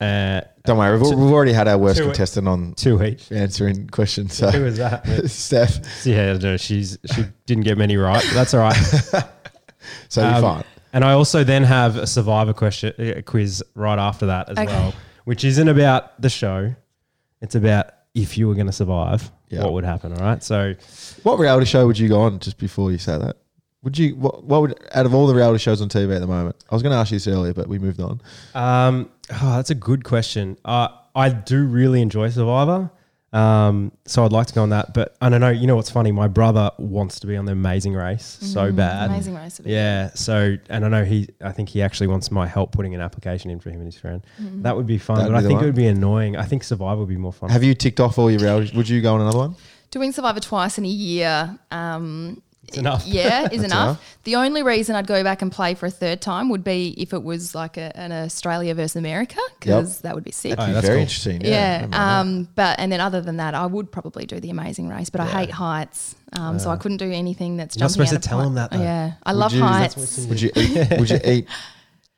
Speaker 6: Uh,
Speaker 2: Don't worry, we've, we've already had our worst
Speaker 6: Two-
Speaker 2: contestant on
Speaker 6: two
Speaker 2: <laughs>
Speaker 6: each.
Speaker 2: answering questions.
Speaker 6: Who
Speaker 2: So,
Speaker 6: was that?
Speaker 2: <laughs> Steph,
Speaker 6: Yeah, no, she's she didn't get many right. But that's all
Speaker 2: <laughs>
Speaker 6: right.
Speaker 2: so
Speaker 6: Um,
Speaker 2: you're fine.
Speaker 6: And I also then have a survivor question uh, quiz right after that as
Speaker 7: Okay.
Speaker 6: well, which isn't about the show. It's about if you were going to survive,
Speaker 2: Yeah.
Speaker 6: what would happen. All right. So
Speaker 2: What reality show would you go on just before you say that? Would you, what, what would, out of all the reality shows on TV at the moment, I was going to ask you this earlier, but we moved on.
Speaker 6: um, oh, that's a good question. Uh, I do really enjoy Survivor. Um, so I'd like to go on that. But I don't know. You know what's funny? My brother wants to be on the amazing race so bad.
Speaker 7: Mm-hmm. Amazing race. Of it.
Speaker 6: Yeah. So, and I know he, I think he actually wants my help putting an application in for him and his friend.
Speaker 7: Mm-hmm.
Speaker 6: That would be fun.
Speaker 2: That'd
Speaker 6: but
Speaker 2: be the
Speaker 6: I think
Speaker 2: one.
Speaker 6: it would be annoying. I think Survivor would be more fun.
Speaker 2: Have you ticked off all your reality? Would you go on another one?
Speaker 7: Doing Survivor twice in a year. Um,
Speaker 6: It's enough.
Speaker 7: yeah, is enough.
Speaker 2: enough.
Speaker 7: The only reason I'd go back and play for a third time would be if it was like a, an Australia versus America, because that would be sick.
Speaker 6: Oh, that's
Speaker 2: Very
Speaker 6: cool.
Speaker 2: interesting. I
Speaker 7: Yeah.
Speaker 2: remember
Speaker 7: um, but and then other than that, I would probably do the Amazing Race, but I hate heights, um, so I couldn't do anything that's
Speaker 6: You're not
Speaker 7: jumping.
Speaker 6: supposed to
Speaker 7: out of
Speaker 6: tell
Speaker 7: pla-
Speaker 6: 'em that, though.
Speaker 7: Yeah, I
Speaker 2: Would
Speaker 7: love
Speaker 2: you- that's
Speaker 7: heights.
Speaker 2: that. Would you
Speaker 6: <laughs>
Speaker 2: eat? Would you eat?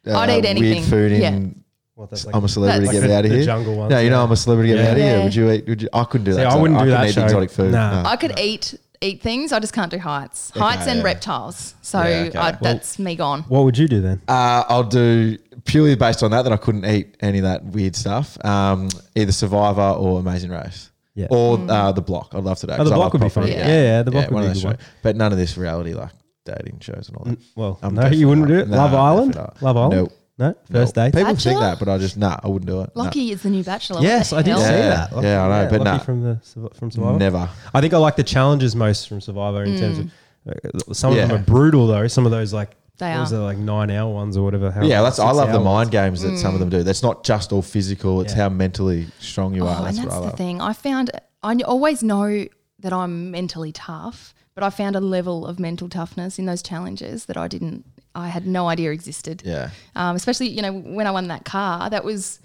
Speaker 2: Uh,
Speaker 7: I'd eat anything.
Speaker 2: Weird food in.
Speaker 7: Yeah.
Speaker 6: <laughs> What, that's like-
Speaker 2: I'm a celebrity.
Speaker 7: Like
Speaker 2: get me
Speaker 6: the-
Speaker 2: out of
Speaker 6: the
Speaker 2: here.
Speaker 6: jungle ones,
Speaker 2: No, you know
Speaker 6: yeah.
Speaker 2: I'm a celebrity. Get me
Speaker 6: Yeah.
Speaker 2: out of here.
Speaker 7: Yeah.
Speaker 2: Would you eat? Would you? I couldn't do that.
Speaker 6: I
Speaker 2: so
Speaker 6: wouldn't do
Speaker 2: couldn't
Speaker 6: that
Speaker 2: eat
Speaker 6: show.
Speaker 2: exotic food.
Speaker 6: Nah.
Speaker 2: No.
Speaker 7: I could eat eat things. I just can't do heights. heights and
Speaker 2: yeah.
Speaker 7: reptiles. So
Speaker 2: Yeah, okay.
Speaker 7: I,
Speaker 2: Well-
Speaker 7: that's me gone.
Speaker 6: What would you do then? Oh,
Speaker 2: Uh, I'll do purely based on that that I couldn't eat any of that weird stuff. Um, either Survivor or Amazing Race.
Speaker 6: Yeah.
Speaker 2: Or
Speaker 7: Mm.
Speaker 2: uh, the block. I'd love to do. it,
Speaker 6: Oh, the
Speaker 2: 'cause I
Speaker 6: block
Speaker 2: love
Speaker 6: would be
Speaker 2: property.
Speaker 6: fun. Yeah, yeah, the block
Speaker 2: one
Speaker 6: would
Speaker 2: of
Speaker 6: be
Speaker 2: those
Speaker 6: good one. Mm,
Speaker 2: shows. But none of this reality like dating shows and all that.
Speaker 6: Well,
Speaker 2: I'm
Speaker 6: no,
Speaker 2: definitely
Speaker 6: you wouldn't do
Speaker 2: not.
Speaker 6: it.
Speaker 2: No,
Speaker 6: Love
Speaker 2: I'm
Speaker 6: Island.
Speaker 2: definitely not.
Speaker 6: Love Island.
Speaker 2: Nope.
Speaker 6: No, first date.
Speaker 2: People think
Speaker 7: Bachelor?
Speaker 2: that, but I just nah. I wouldn't do it. Nah.
Speaker 7: Lucky is the new bachelor. What
Speaker 6: Yes,
Speaker 7: the
Speaker 6: I did
Speaker 7: hell?
Speaker 6: see
Speaker 2: Yeah.
Speaker 6: that. Lucky-
Speaker 2: Yeah, I know, but
Speaker 6: Lucky
Speaker 2: nah.
Speaker 6: from the Surv- from Survivor.
Speaker 2: Never.
Speaker 6: I think I like the challenges most from Survivor in terms of uh, some of
Speaker 2: Yeah.
Speaker 6: them are brutal though. Some of those like
Speaker 7: They
Speaker 6: those
Speaker 7: are.
Speaker 6: are like nine hour ones or whatever. how-
Speaker 2: Yeah, that's I
Speaker 6: Oh, six
Speaker 2: love the
Speaker 6: hour ones.
Speaker 2: mind games that some of them do. That's not just all physical; it's
Speaker 6: Yeah.
Speaker 2: how mentally strong you are.
Speaker 7: Mm. Oh,
Speaker 2: That's,
Speaker 7: and that's
Speaker 2: what I
Speaker 7: the
Speaker 2: love.
Speaker 7: thing. I found I kn- always know that I'm mentally tough, but I found a level of mental toughness in those challenges that I didn't. I had no idea existed.
Speaker 2: Yeah,
Speaker 7: Um, especially, you know, when I won that car, that was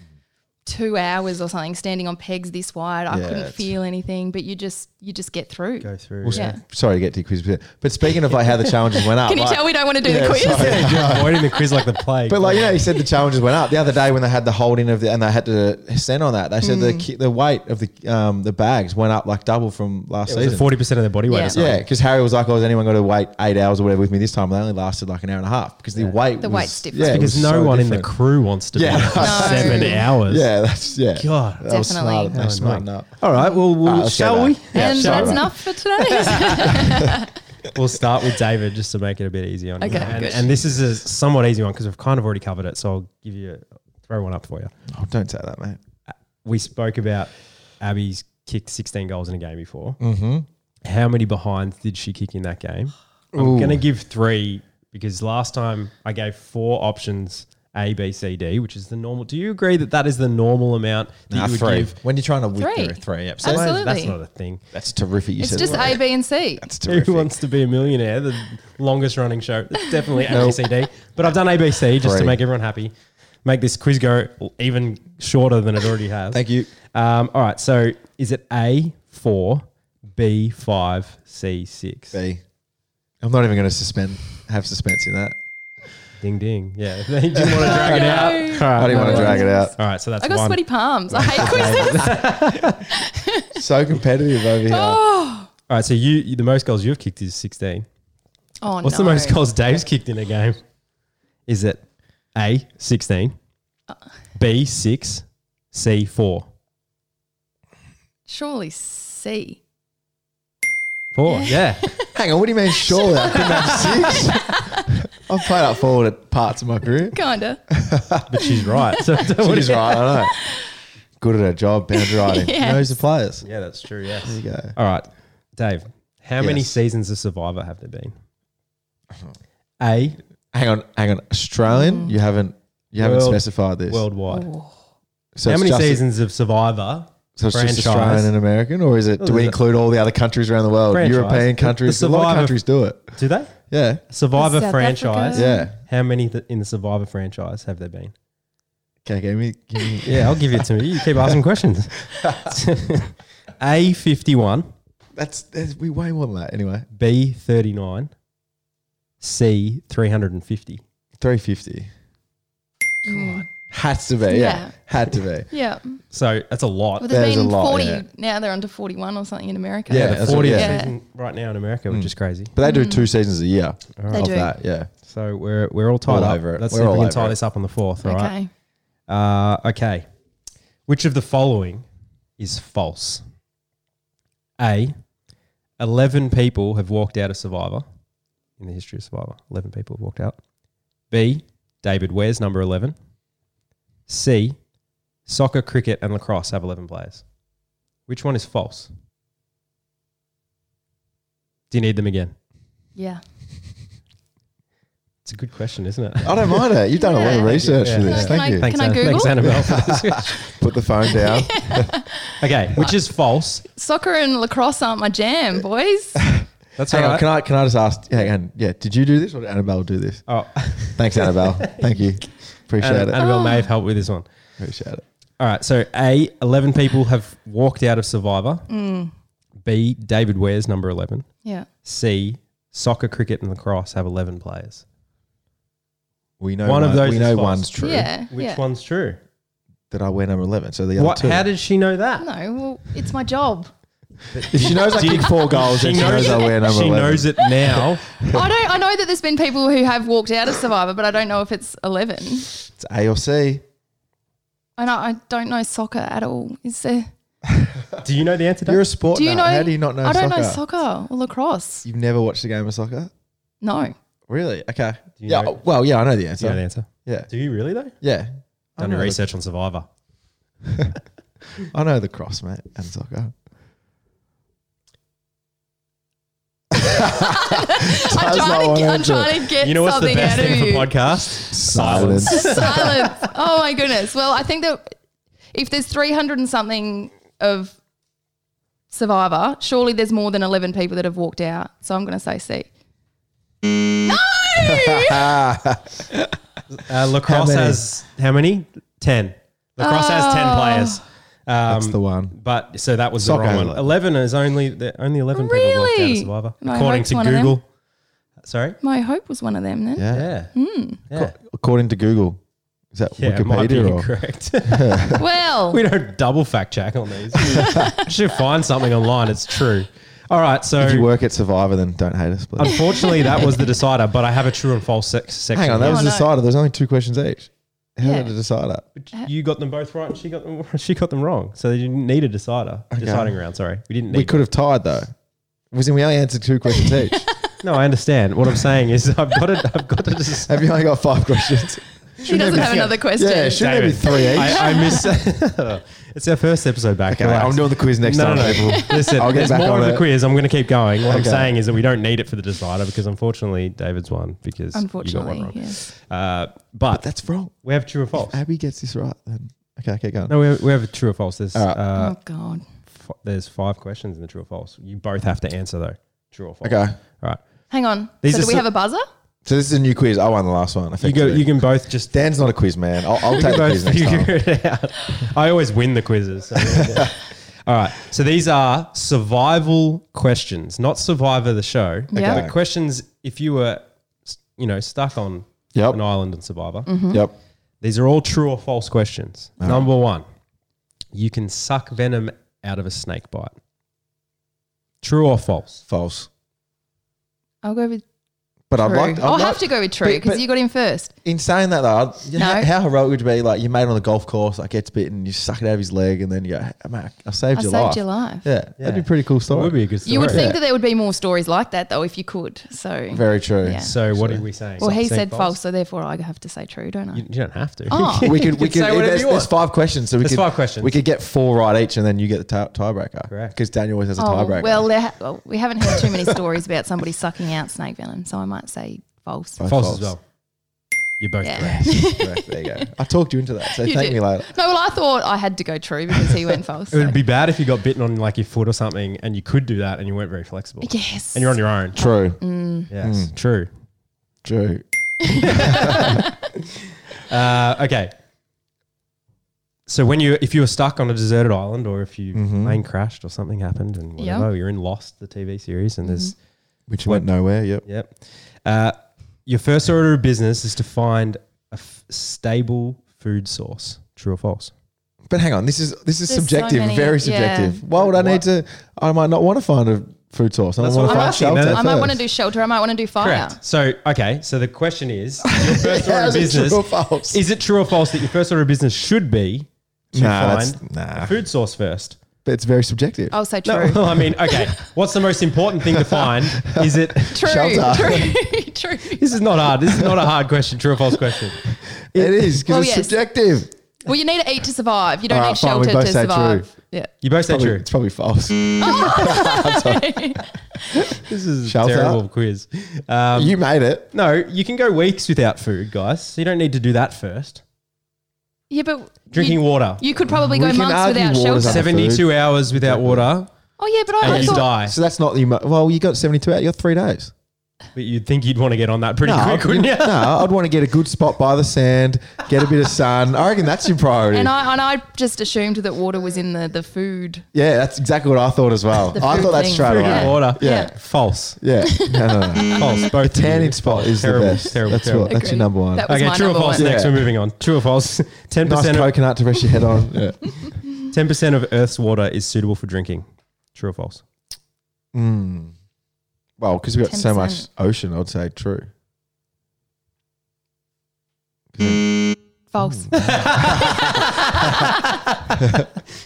Speaker 7: two hours or something standing on pegs this wide. I
Speaker 2: Yeah,
Speaker 7: couldn't
Speaker 2: it's-
Speaker 7: feel anything, but you just you just get through.
Speaker 6: Go through.
Speaker 2: Well,
Speaker 7: Yeah.
Speaker 2: Sorry to get to quiz, but- but speaking of
Speaker 7: <laughs>
Speaker 2: like how the challenges went up,
Speaker 7: Can you
Speaker 2: like-
Speaker 7: tell we don't want to do
Speaker 2: Yeah,
Speaker 7: the quiz?
Speaker 2: sorry.
Speaker 6: Avoiding the quiz like the plague.
Speaker 2: But like you know, you said the challenges went up the other day when they had the holding of the and they had to stand on that. They said
Speaker 7: Mm.
Speaker 2: the the the weight of the um the bags went up like double from last season.
Speaker 6: forty percent of their body weight.
Speaker 7: Yeah.
Speaker 6: Or something.
Speaker 2: Yeah, because Harry was like, "Oh, has anyone got to wait eight hours or whatever with me this time?" And they only lasted like an hour and a half because the weight
Speaker 7: The
Speaker 2: was,
Speaker 7: weight's different.
Speaker 2: Yeah, it
Speaker 6: because
Speaker 2: was
Speaker 6: no
Speaker 2: so
Speaker 6: one in
Speaker 2: different.
Speaker 6: the crew wants to
Speaker 2: Yeah.
Speaker 6: be for
Speaker 7: <laughs> No.
Speaker 6: seven hours.
Speaker 2: Yeah, that's yeah. Ah,
Speaker 6: God.
Speaker 2: that was
Speaker 7: Definitely.
Speaker 2: smart. They
Speaker 6: Oh,
Speaker 2: smartened
Speaker 6: no.
Speaker 2: up.
Speaker 6: All right. Well, we'll
Speaker 2: All right, let's go
Speaker 6: shall
Speaker 2: back.
Speaker 6: we?
Speaker 2: Yeah,
Speaker 7: and
Speaker 2: shall
Speaker 7: that's
Speaker 2: we?
Speaker 7: enough
Speaker 2: <laughs>
Speaker 7: for today.
Speaker 6: We'll start with David just to make it a bit easy on
Speaker 7: Okay,
Speaker 6: you. And,
Speaker 7: good.
Speaker 6: and this is a somewhat easy one because we've kind of already covered it. So I'll give you a, throw one up for you.
Speaker 2: Oh, don't say that, mate.
Speaker 6: We spoke about Abby's kicked sixteen goals in a game before. Mm-hmm. How many behinds did she kick in that game? I'm going to give three because last time I gave four options. A, B, C, D, which is the normal. Do you agree that that is the normal amount that
Speaker 2: Nah,
Speaker 6: you would
Speaker 2: three.
Speaker 6: give?
Speaker 2: When you're trying to win
Speaker 7: Three.
Speaker 2: three, three yep. So
Speaker 6: That's-
Speaker 7: Absolutely.
Speaker 6: That's not a thing.
Speaker 2: that's terrific. You
Speaker 7: it's
Speaker 2: said
Speaker 7: just
Speaker 2: that.
Speaker 7: A, B, and C.
Speaker 2: That's terrific.
Speaker 6: Who wants to be a millionaire? The longest running show. It's definitely ABCD. But I've done ABC just to
Speaker 2: Three.
Speaker 6: make everyone happy. Make this quiz go even shorter than it already has.
Speaker 2: Thank you.
Speaker 6: Um, all right. So is it A four, B five, C six?
Speaker 2: B. I'm not even going to suspend. Have suspense in that.
Speaker 6: Ding ding. Yeah. <laughs> you didn't want to drag it out. All right.
Speaker 2: I didn't want to
Speaker 6: no.
Speaker 2: drag it out.
Speaker 6: All right. So that's
Speaker 7: I got
Speaker 6: one.
Speaker 7: sweaty palms. I
Speaker 2: <laughs>
Speaker 7: hate quizzes.
Speaker 6: <laughs>
Speaker 2: So competitive over here.
Speaker 7: Oh,
Speaker 6: All right. So you, you the most goals you've kicked is sixteen.
Speaker 7: oh
Speaker 6: What's
Speaker 7: no.
Speaker 6: the most goals Dave's kicked in a game? Is it A, 16,
Speaker 7: Uh.
Speaker 6: B, 6, C, 4?
Speaker 7: Surely C.
Speaker 6: 4, yeah.
Speaker 2: Hang on, what do you mean?
Speaker 7: <laughs>
Speaker 2: Surely I couldn't have six. <laughs> I've played up forward at parts of my career.
Speaker 7: Kinda.
Speaker 6: But she's
Speaker 7: <laughs>
Speaker 6: right. So <laughs>
Speaker 2: <laughs>
Speaker 6: don't worry.
Speaker 2: She's right, I know. Good at her job, boundary
Speaker 7: <laughs>
Speaker 2: riding.
Speaker 7: Yes.
Speaker 2: Knows the players.
Speaker 6: Yeah, that's true, yes.
Speaker 2: There you go.
Speaker 6: All right, Dave, how many
Speaker 2: Yes.
Speaker 6: seasons of Survivor have there been? Uh-huh. A,
Speaker 2: Hang on, hang on.
Speaker 7: Mm.
Speaker 2: Australian, you haven't you haven't
Speaker 6: World-
Speaker 2: specified this.
Speaker 6: worldwide.
Speaker 2: so
Speaker 6: how
Speaker 2: it's
Speaker 6: many
Speaker 2: just-
Speaker 6: seasons of Survivor?
Speaker 2: So it's just
Speaker 6: franchise?
Speaker 2: Australian and American, or is it? Do
Speaker 6: Is
Speaker 2: we
Speaker 6: it-
Speaker 2: include all the other countries around the world?
Speaker 6: Franchise. The-
Speaker 2: European
Speaker 6: the
Speaker 2: countries. a lot of
Speaker 6: survivor-
Speaker 2: countries do it.
Speaker 6: Do they?
Speaker 2: Yeah,
Speaker 6: Survivor
Speaker 7: South
Speaker 6: franchise.
Speaker 7: Africa.
Speaker 2: yeah.
Speaker 6: How many th- in the Survivor franchise have there been?
Speaker 2: Okay, give me. Give me
Speaker 6: Yeah, I'll give it to you. You keep
Speaker 2: <laughs>
Speaker 6: asking questions. A, 51.
Speaker 2: that's, that's we way more than that. Anyway,
Speaker 6: B thirty nine, C three hundred and fifty.
Speaker 2: three fifty.
Speaker 7: Mm.
Speaker 2: Has to be. Yeah.
Speaker 7: Yeah.
Speaker 2: had to be.
Speaker 7: Yeah.
Speaker 6: So that's a lot.
Speaker 7: Well,
Speaker 2: Uh, there's
Speaker 7: there's
Speaker 2: a
Speaker 7: been
Speaker 2: lot,
Speaker 7: 40.
Speaker 2: yeah.
Speaker 7: Now they're under 41 or something in America.
Speaker 2: Yeah,
Speaker 6: yeah, the
Speaker 2: that's Hmm. what-
Speaker 6: fortieth
Speaker 2: yeah.
Speaker 6: season right now in America, which is crazy.
Speaker 2: But they do two seasons a year
Speaker 7: Mm. They
Speaker 2: of
Speaker 7: do.
Speaker 2: that. Yeah,
Speaker 6: So we're we're all tied
Speaker 2: All
Speaker 6: up.
Speaker 2: over it.
Speaker 6: Let's
Speaker 2: We're
Speaker 6: see if
Speaker 2: all
Speaker 6: we can
Speaker 2: over
Speaker 6: tie
Speaker 2: it.
Speaker 6: this up on the fourth. All right.
Speaker 7: Okay.
Speaker 6: Uh, okay. Which of the following is false? A. Eleven people have walked out of Survivor in the history of Survivor. Eleven people have walked out. B. David Ware's number eleven. C. Soccer, cricket, and lacrosse have eleven players. Which one is false? Do you need them again?
Speaker 7: Yeah.
Speaker 6: It's a good question,
Speaker 2: <laughs>
Speaker 6: isn't it?
Speaker 2: I don't mind it. You've done a lot of
Speaker 7: Yeah.
Speaker 2: research for
Speaker 6: Yeah.
Speaker 2: this.
Speaker 7: Can
Speaker 2: Thank you.
Speaker 6: Thanks,
Speaker 7: Can I
Speaker 6: Anna-
Speaker 7: Google?
Speaker 6: Thanks, Annabelle. <laughs> for this.
Speaker 2: Put the phone <laughs> down.
Speaker 6: okay, which is false?
Speaker 7: Soccer and lacrosse aren't my
Speaker 2: <laughs>
Speaker 7: jam, boys.
Speaker 6: That's
Speaker 2: Hang
Speaker 6: all
Speaker 2: on,
Speaker 6: right.
Speaker 2: can I can I just ask? Hang on, yeah. Did you do this or did Annabelle do this?
Speaker 6: oh. <laughs>
Speaker 2: Thanks, Annabelle. Thank you. Appreciate
Speaker 6: Anna-
Speaker 2: it.
Speaker 6: Annabelle may have helped with this one.
Speaker 2: Appreciate it.
Speaker 6: All right. So, A, 11 people have walked out of Survivor.
Speaker 7: Mm.
Speaker 6: B, David Ware's number 11.
Speaker 7: yeah.
Speaker 6: C, soccer, cricket, and lacrosse have 11 players.
Speaker 2: We know
Speaker 6: One
Speaker 2: one,
Speaker 6: of those
Speaker 2: We
Speaker 6: is
Speaker 2: know
Speaker 6: false.
Speaker 2: one's true.
Speaker 7: Yeah.
Speaker 6: Which
Speaker 7: yeah.
Speaker 6: one's true?
Speaker 2: That I wear number eleven. So the other
Speaker 6: What?
Speaker 2: two.
Speaker 6: How did she know that?
Speaker 7: No, well, it's
Speaker 2: <laughs>
Speaker 7: my job.
Speaker 2: if <laughs> she knows I
Speaker 6: Do you-
Speaker 2: kick four goals, then she knows I wear number
Speaker 6: she
Speaker 2: eleven.
Speaker 6: knows it
Speaker 2: <laughs>
Speaker 6: now.
Speaker 7: I don't. I know that there's been people who have walked out of Survivor, but I don't know if it's 11.
Speaker 2: It's A or C.
Speaker 7: And I, I don't know soccer at all. Is there?
Speaker 6: Do you know the answer?
Speaker 2: You're
Speaker 6: Dave?
Speaker 2: a sport.
Speaker 7: Do you know?
Speaker 2: How do you not know?
Speaker 7: I don't
Speaker 2: soccer?
Speaker 7: know soccer or lacrosse.
Speaker 2: You've never watched a game of soccer.
Speaker 7: No.
Speaker 2: Really? Okay.
Speaker 6: you
Speaker 2: Yeah.
Speaker 6: know-
Speaker 2: Well, yeah, I know the
Speaker 6: Do you
Speaker 2: answer.
Speaker 6: know the
Speaker 2: <laughs>
Speaker 6: answer?
Speaker 2: Yeah.
Speaker 6: Do you really though?
Speaker 2: Yeah. I
Speaker 6: Done your
Speaker 2: know the-
Speaker 6: research on Survivor.
Speaker 2: I know the cross, mate, and soccer.
Speaker 7: I'm
Speaker 2: That's not
Speaker 7: trying,
Speaker 2: one
Speaker 7: to, I'm
Speaker 2: answer.
Speaker 7: trying to get
Speaker 6: You know what's the
Speaker 7: something
Speaker 6: best
Speaker 7: out of
Speaker 6: thing for
Speaker 7: you.
Speaker 6: podcast?
Speaker 2: Silence.
Speaker 7: Silence. Oh my goodness. Well, I think that if there's 300 and something of Survivor, surely there's more than 11 people that have walked out. So I'm going to say C. No!
Speaker 2: Ah,
Speaker 6: <laughs> Uh, lacrosse
Speaker 2: many?
Speaker 6: Uh, has how many? Ten. Lacrosse has ten
Speaker 7: Oh.
Speaker 6: players.
Speaker 2: That's the one.
Speaker 6: But so that was
Speaker 2: Soccer
Speaker 6: the
Speaker 2: has
Speaker 6: wrong one.
Speaker 2: like-
Speaker 6: Eleven is only the only eleven people walked out of
Speaker 7: Really?
Speaker 6: Survivor,
Speaker 7: My
Speaker 6: according
Speaker 7: hope's
Speaker 6: to
Speaker 7: one of them.
Speaker 6: Google. Sorry.
Speaker 7: My hope was one of them then.
Speaker 2: Yeah.
Speaker 6: Yeah. Yeah.
Speaker 2: According to Google. Is that
Speaker 6: Yeah, it might be
Speaker 2: Wikipedia or?
Speaker 6: incorrect. <laughs>
Speaker 7: Well,
Speaker 6: we don't double fact check on
Speaker 2: <laughs>
Speaker 6: these. Should find something online. It's true. All right.
Speaker 2: If you
Speaker 6: So
Speaker 2: work at Survivor, then don't hate us. Please.
Speaker 6: unfortunately, that was the decider. But I have a true and false sec- section.
Speaker 2: Hang on, that
Speaker 6: here.
Speaker 2: was
Speaker 7: Oh,
Speaker 2: the
Speaker 7: no.
Speaker 2: decider. There's only two questions each. How
Speaker 7: Yeah.
Speaker 2: did it decide that?
Speaker 7: uh,
Speaker 6: you got them both right. And she got them. <laughs> She got them wrong. So they didn't need a decider. Deciding round. Sorry, we didn't. Need
Speaker 2: We could have tied though. Was in we only answered two questions each.
Speaker 7: <laughs>
Speaker 6: No, I understand. What I'm saying is, <laughs> I've got to. I've got to.
Speaker 2: <laughs>
Speaker 6: Just,
Speaker 2: have you only got five questions?
Speaker 7: he doesn't have another question.
Speaker 2: Yeah, should there be
Speaker 6: David,
Speaker 2: three
Speaker 6: <laughs>
Speaker 2: each?
Speaker 6: I, I miss. it's our first episode back.
Speaker 2: Okay, I'm doing the quiz next
Speaker 6: no,
Speaker 2: time.
Speaker 6: no, no. <laughs>
Speaker 2: people. <laughs>
Speaker 6: Listen,
Speaker 2: I'll get
Speaker 6: there's
Speaker 2: back
Speaker 6: more
Speaker 2: on
Speaker 6: of the
Speaker 2: it.
Speaker 6: quiz. I'm going to keep going. What I'm
Speaker 2: Okay.
Speaker 6: saying is that we don't need it for the decider because, unfortunately, David's won because you got
Speaker 7: Unfortunately,
Speaker 6: one wrong.
Speaker 7: yes.
Speaker 6: Uh, but
Speaker 2: That's wrong.
Speaker 6: we have true or false.
Speaker 2: Abby gets this right, then okay, okay, go on.
Speaker 6: No, we have, we have a true or false. There's
Speaker 2: All right.
Speaker 6: uh,
Speaker 7: oh God.
Speaker 6: f- there's five questions in the true or false. You both have to answer though. True or false.
Speaker 2: Okay,
Speaker 6: All right.
Speaker 7: Hang on.
Speaker 6: These
Speaker 7: so
Speaker 6: are
Speaker 7: do we
Speaker 6: so-
Speaker 7: have a buzzer?
Speaker 2: so this is a new quiz. I won the last one.
Speaker 6: You go.
Speaker 2: effectively.
Speaker 6: You can both just
Speaker 2: Dan's not a quiz man. I'll, I'll take the
Speaker 6: both
Speaker 2: quiz next time.
Speaker 6: figure it out. I always win the quizzes. so-
Speaker 2: <laughs>
Speaker 6: All right. So these are survival questions, not Survivor the show.
Speaker 7: Yeah.
Speaker 6: But questions if you were, you know, stuck on
Speaker 2: Yep.
Speaker 6: an island in Survivor.
Speaker 7: Mm-hmm.
Speaker 2: Yep.
Speaker 6: These are all true or false questions. Number one, you can suck venom out of a snake bite. True or false?
Speaker 2: False.
Speaker 7: I'll go with
Speaker 2: But I'd
Speaker 7: true.
Speaker 2: like. I'd
Speaker 7: I'll
Speaker 2: like-
Speaker 7: have to go with true
Speaker 2: but-
Speaker 7: because
Speaker 2: but
Speaker 7: you got him first.
Speaker 2: In saying that though, I'd- you know,
Speaker 7: No.
Speaker 2: how heroic would you be? Like you made it on the golf course, like gets bitten, you suck it out of his leg, and then you go, "Hey, mate, I saved
Speaker 7: I
Speaker 2: your
Speaker 7: saved
Speaker 2: life.
Speaker 7: your life.
Speaker 2: Yeah, that'd be a pretty cool
Speaker 6: That
Speaker 2: story.
Speaker 6: would be a good story.
Speaker 7: You would think
Speaker 2: Yeah.
Speaker 7: that there would be more stories like that though, if you could. So,
Speaker 2: Very true.
Speaker 7: Yeah.
Speaker 6: So what are we saying?
Speaker 7: well, he
Speaker 6: Saying
Speaker 7: said false. so therefore I have to say true, don't I?
Speaker 6: You, you don't have to. <laughs>
Speaker 7: Oh.
Speaker 2: We could, we
Speaker 6: You can
Speaker 2: could,
Speaker 6: say whatever
Speaker 2: there's,
Speaker 6: you
Speaker 2: there's
Speaker 6: want.
Speaker 2: five questions. So we
Speaker 6: There's
Speaker 2: could,
Speaker 6: five questions.
Speaker 2: We could get four right each, and then you get the tie- tiebreaker.
Speaker 6: Correct.
Speaker 2: Because Daniel always has a
Speaker 7: oh
Speaker 2: tiebreaker.
Speaker 7: well, there ha- well, we haven't heard too many stories about somebody sucking out snake venom, so I might say false.
Speaker 2: Both
Speaker 6: false as well. You're both
Speaker 7: Yeah.
Speaker 6: correct.
Speaker 2: <laughs> Correct, there you go. I talked you into that, so
Speaker 7: You
Speaker 2: thank
Speaker 7: did.
Speaker 2: me later.
Speaker 7: No, well, I thought I had to go true because he went false.
Speaker 6: It
Speaker 7: so-
Speaker 6: would be bad if you got bitten on like your foot or something, and you could do that, and you weren't very flexible.
Speaker 7: yes.
Speaker 6: And you're on your own.
Speaker 2: True.
Speaker 7: Mm.
Speaker 6: Yes, true.
Speaker 2: True.
Speaker 6: Uh, okay. So when you, if you were stuck on a deserted island, or if you plane crashed or something happened, and
Speaker 7: Yeah. Mm-hmm.
Speaker 6: whatever, you're in Lost, the TV series, and there's
Speaker 2: Which went nowhere. Yep.
Speaker 6: yep. Uh, your first order of business is to find a f- stable food source. True or false?
Speaker 2: But hang on, this is this is
Speaker 7: There's so
Speaker 2: subjective.
Speaker 7: many,
Speaker 2: very
Speaker 7: yeah.
Speaker 2: subjective. Why would I need to? I might not want to find a food source. I might
Speaker 6: That's
Speaker 2: want
Speaker 6: what
Speaker 2: to
Speaker 6: I'm
Speaker 2: find
Speaker 6: asking,
Speaker 2: shelter.
Speaker 6: man.
Speaker 7: I might
Speaker 2: first.
Speaker 7: want to do shelter. I might want to do fire.
Speaker 6: Correct. So okay. So the question is,
Speaker 7: <laughs>
Speaker 6: your first order of
Speaker 2: How's it true
Speaker 6: business
Speaker 2: or false?
Speaker 6: Is it true or false that your first order of business should be to
Speaker 2: Nah, that's-
Speaker 6: find
Speaker 2: nah.
Speaker 6: a food source first?
Speaker 2: But it's very subjective.
Speaker 7: I'll say
Speaker 6: No,
Speaker 7: true.
Speaker 6: well, <laughs> I mean, okay. What's the most important thing to find?
Speaker 2: <laughs>
Speaker 6: Is it?
Speaker 7: True.
Speaker 2: Shelter.
Speaker 7: True. <laughs> True.
Speaker 6: This is not hard. This is not a hard question. True or false question?
Speaker 2: it is because
Speaker 7: Well,
Speaker 2: it's
Speaker 7: Oh, yes.
Speaker 2: subjective.
Speaker 7: Well, you need to eat to survive. You don't
Speaker 2: Alright,
Speaker 7: need
Speaker 2: fine, we
Speaker 7: shelter
Speaker 2: both
Speaker 7: to
Speaker 2: say
Speaker 7: survive.
Speaker 2: true.
Speaker 7: Yeah.
Speaker 6: You both said
Speaker 2: Probably-
Speaker 6: true.
Speaker 2: It's probably
Speaker 7: <laughs>
Speaker 2: false. <laughs>
Speaker 6: This is a
Speaker 2: Shelter.
Speaker 6: terrible quiz.
Speaker 2: <laughs>
Speaker 6: Um,
Speaker 2: you made it.
Speaker 6: No, you can go weeks without food, guys. So you don't need to do that first.
Speaker 7: Yeah, but
Speaker 6: Drinking
Speaker 7: you,
Speaker 6: water.
Speaker 7: You could probably
Speaker 2: We
Speaker 7: go
Speaker 2: can
Speaker 7: months
Speaker 2: argue
Speaker 7: without
Speaker 2: water's
Speaker 7: shelter.
Speaker 2: under-
Speaker 6: Seventy-two hours without water,
Speaker 7: Oh yeah, but I
Speaker 6: and you
Speaker 7: thought
Speaker 6: die.
Speaker 2: So that's not the emo- well. You got seventy two out. You got three days.
Speaker 6: But you'd think you'd want to get on that pretty quick,
Speaker 2: I'd,
Speaker 6: wouldn't
Speaker 2: <laughs>
Speaker 6: you?
Speaker 2: no, I'd want to get a good spot by the sand, get a bit of sun. I reckon that's your priority.
Speaker 7: And I and I just assumed that water was in the the food.
Speaker 2: yeah, that's exactly what I thought as well.
Speaker 7: The
Speaker 2: I
Speaker 7: food
Speaker 2: thought that
Speaker 7: thing.
Speaker 2: straight
Speaker 6: Food
Speaker 2: away.
Speaker 7: Yeah.
Speaker 6: and water.
Speaker 7: Yeah.
Speaker 6: False.
Speaker 2: Yeah, no, no, no.
Speaker 6: <laughs> False. Both. of you.
Speaker 2: tanning spot is the
Speaker 6: Terrible,
Speaker 2: best.
Speaker 6: terrible,
Speaker 2: that's
Speaker 6: terrible.
Speaker 2: What, that's your
Speaker 7: Agreed.
Speaker 2: number one.
Speaker 7: That was
Speaker 6: Okay,
Speaker 7: my
Speaker 6: true or
Speaker 7: number
Speaker 6: false.
Speaker 7: one.
Speaker 6: Next,
Speaker 2: Yeah.
Speaker 6: we're moving on. True or false? <laughs> Ten
Speaker 2: nice
Speaker 6: percent.
Speaker 2: coconut to rest your head on. Yeah.
Speaker 6: Ten percent of Earth's water is suitable for drinking. True or false?
Speaker 2: Mm. Well, because we got so much
Speaker 7: 10%.
Speaker 2: ocean, I'd say true.
Speaker 6: Mm.
Speaker 7: False.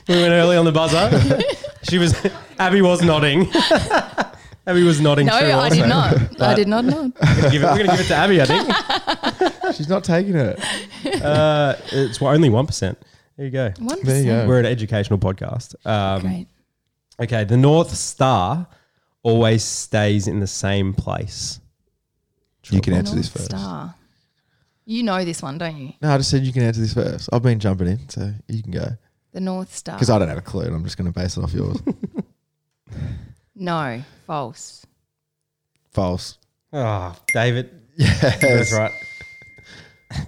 Speaker 6: We went early on the
Speaker 7: <laughs>
Speaker 6: buzzer. she was. Abby was nodding. Abby was nodding.
Speaker 7: No,
Speaker 6: true
Speaker 7: I
Speaker 6: also.
Speaker 2: <laughs>
Speaker 7: did not. I did not know.
Speaker 6: We're gonna give it- we're gonna give it to Abby. I
Speaker 7: <laughs>
Speaker 6: think
Speaker 2: She's not taking it.
Speaker 6: uh, it's only one percent. There you go.
Speaker 7: One
Speaker 2: There you
Speaker 7: percent.
Speaker 2: go.
Speaker 6: We're an educational podcast. Um,
Speaker 7: Great.
Speaker 6: Okay, the North Star always stays in the same place.
Speaker 2: you can answer
Speaker 7: North
Speaker 2: this first.
Speaker 7: Star. You know this one, don't you?
Speaker 2: No, I just said you can answer this first. I've been jumping in, so you can go.
Speaker 7: The North Star.
Speaker 2: Because I don't have a clue, and I'm just going to base it
Speaker 6: <laughs>
Speaker 2: off yours.
Speaker 7: no, false.
Speaker 2: False.
Speaker 6: Oh, David.
Speaker 2: Yes.
Speaker 6: That's right.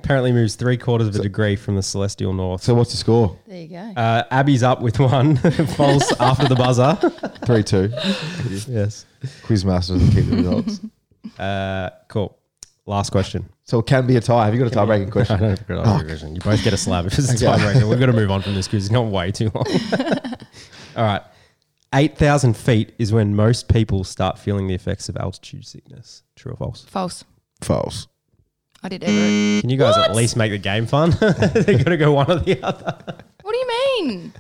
Speaker 6: currently moves three quarters of a degree from the celestial north.
Speaker 2: So what's the score?
Speaker 7: There you go.
Speaker 6: Uh, Abby's up with one <laughs> false after the buzzer.
Speaker 2: Three two.
Speaker 6: yes.
Speaker 2: Quizmaster will keep the results.
Speaker 6: Uh, cool. Last question.
Speaker 2: So it can be a tie. Have you got a tie breaking
Speaker 6: <laughs>
Speaker 2: question?
Speaker 6: I don't regret either version. You both get a slab if it's a tiebreaker. We've got to move on from this because it's gone way too
Speaker 2: <laughs>
Speaker 6: long. All right. 8,000 feet is when most people start feeling the effects of altitude sickness. True or false?
Speaker 7: False.
Speaker 2: False.
Speaker 7: I did Everett.
Speaker 6: Can you guys at least make the game fun? <laughs> They're going to go one or the other.
Speaker 7: What do you mean?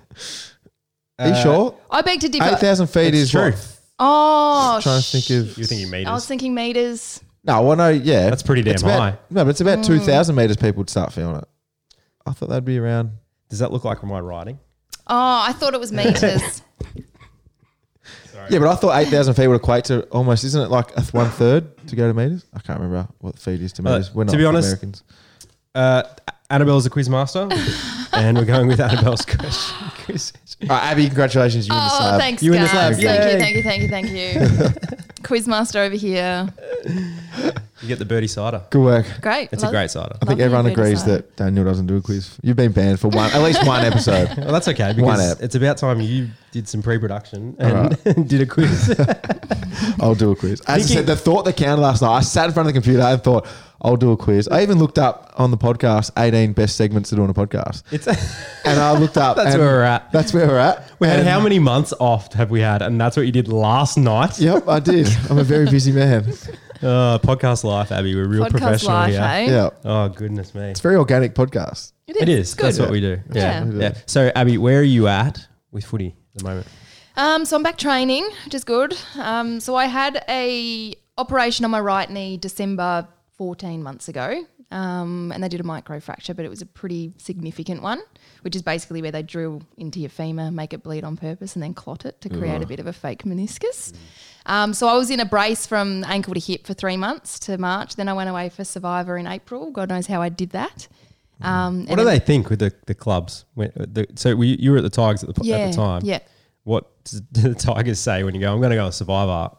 Speaker 2: Are
Speaker 6: Uh,
Speaker 2: you sure?
Speaker 7: I beg to
Speaker 2: Eight
Speaker 7: differ.
Speaker 2: thousand feet is
Speaker 6: true.
Speaker 2: what?
Speaker 7: Oh,
Speaker 2: Trying to
Speaker 7: sh-
Speaker 2: think of.
Speaker 6: You're thinking
Speaker 7: I was
Speaker 6: meters.
Speaker 7: thinking meters.
Speaker 2: No, well, no, yeah,
Speaker 6: That's pretty damn
Speaker 2: It's about-
Speaker 6: high.
Speaker 2: No, but it's
Speaker 7: Hmm.
Speaker 2: about two thousand meters. People would start feeling it. I thought that'd be around.
Speaker 6: Does that look like my writing?
Speaker 7: Oh, I thought it
Speaker 2: <laughs>
Speaker 7: was meters.
Speaker 2: Yeah, but I thought eight thousand feet would equate to almost, isn't it like a th- one third to go to meters? I can't remember what feet is to
Speaker 6: Uh,
Speaker 2: meters. We're
Speaker 6: to
Speaker 2: not
Speaker 6: be honest-
Speaker 2: Americans.
Speaker 6: Uh, Annabelle's the quiz master, <laughs> and we're going with Annabelle's question. quiz.
Speaker 2: All right, Abby, congratulations, you in the
Speaker 7: oh,
Speaker 2: slab.
Speaker 7: thanks,
Speaker 6: You in the
Speaker 7: guys.
Speaker 6: slab.
Speaker 7: Thank
Speaker 6: Yay.
Speaker 7: you, thank you, thank you, thank you.
Speaker 2: <laughs>
Speaker 7: Quizmaster over here.
Speaker 6: You get the birdie cider.
Speaker 2: Good work.
Speaker 7: Great.
Speaker 6: It's
Speaker 7: Lo-
Speaker 6: a great cider.
Speaker 2: I think
Speaker 7: Lovely
Speaker 2: everyone
Speaker 7: bit of
Speaker 2: agrees
Speaker 7: cider.
Speaker 2: that Daniel doesn't do a quiz. You've been banned for one, at least one
Speaker 7: <laughs>
Speaker 2: episode.
Speaker 6: Well, that's okay
Speaker 2: Why
Speaker 6: because
Speaker 2: not?
Speaker 6: it's about time you did some pre-production and <laughs> did a quiz.
Speaker 2: I'll do a quiz. As I
Speaker 6: Thinking-
Speaker 2: said, the thought that counted last night, I sat in front of the computer and thought, I'll do a quiz. I even looked up on the podcast 18 best segments to do on a podcast.
Speaker 6: it's
Speaker 2: And I looked up.
Speaker 6: That's
Speaker 2: and
Speaker 6: where we're at.
Speaker 2: That's where we're at.
Speaker 6: we had
Speaker 2: And-
Speaker 6: how many months off have we had, and that's what you did last night.
Speaker 2: Yep, I did. I'm a very busy
Speaker 6: <laughs>
Speaker 2: man.
Speaker 6: Uh, podcast life, Abby. We're real
Speaker 7: podcast
Speaker 6: professional
Speaker 7: life,
Speaker 6: here.
Speaker 7: eh?
Speaker 2: Yeah.
Speaker 6: Oh goodness me,
Speaker 2: Very organic podcast.
Speaker 6: it is.
Speaker 7: Good.
Speaker 6: That's what we do.
Speaker 7: Yeah.
Speaker 6: yeah. yeah. So Abby, where are you at with footy at the moment?
Speaker 7: Um, so I'm back training, which is good. Um, so I had a operation on my right knee December 14 months ago, um, and they did a microfracture, but it was a pretty significant one, which is basically where they drill into your femur, make it bleed on purpose, and then clot it to create
Speaker 6: Mm.
Speaker 7: a bit of a fake meniscus. Um, so I was in a brace from ankle to hip for three months to March. Then I went away for Survivor in April. God knows how I did that. Um, and
Speaker 6: What do
Speaker 7: then-
Speaker 6: they think with the, the clubs? When, uh, the, so we, you were at the Tigers at the,
Speaker 7: Yeah.
Speaker 6: at the time.
Speaker 7: Yeah.
Speaker 6: What <laughs> do the Tigers say when you go, I'm going to go a survivor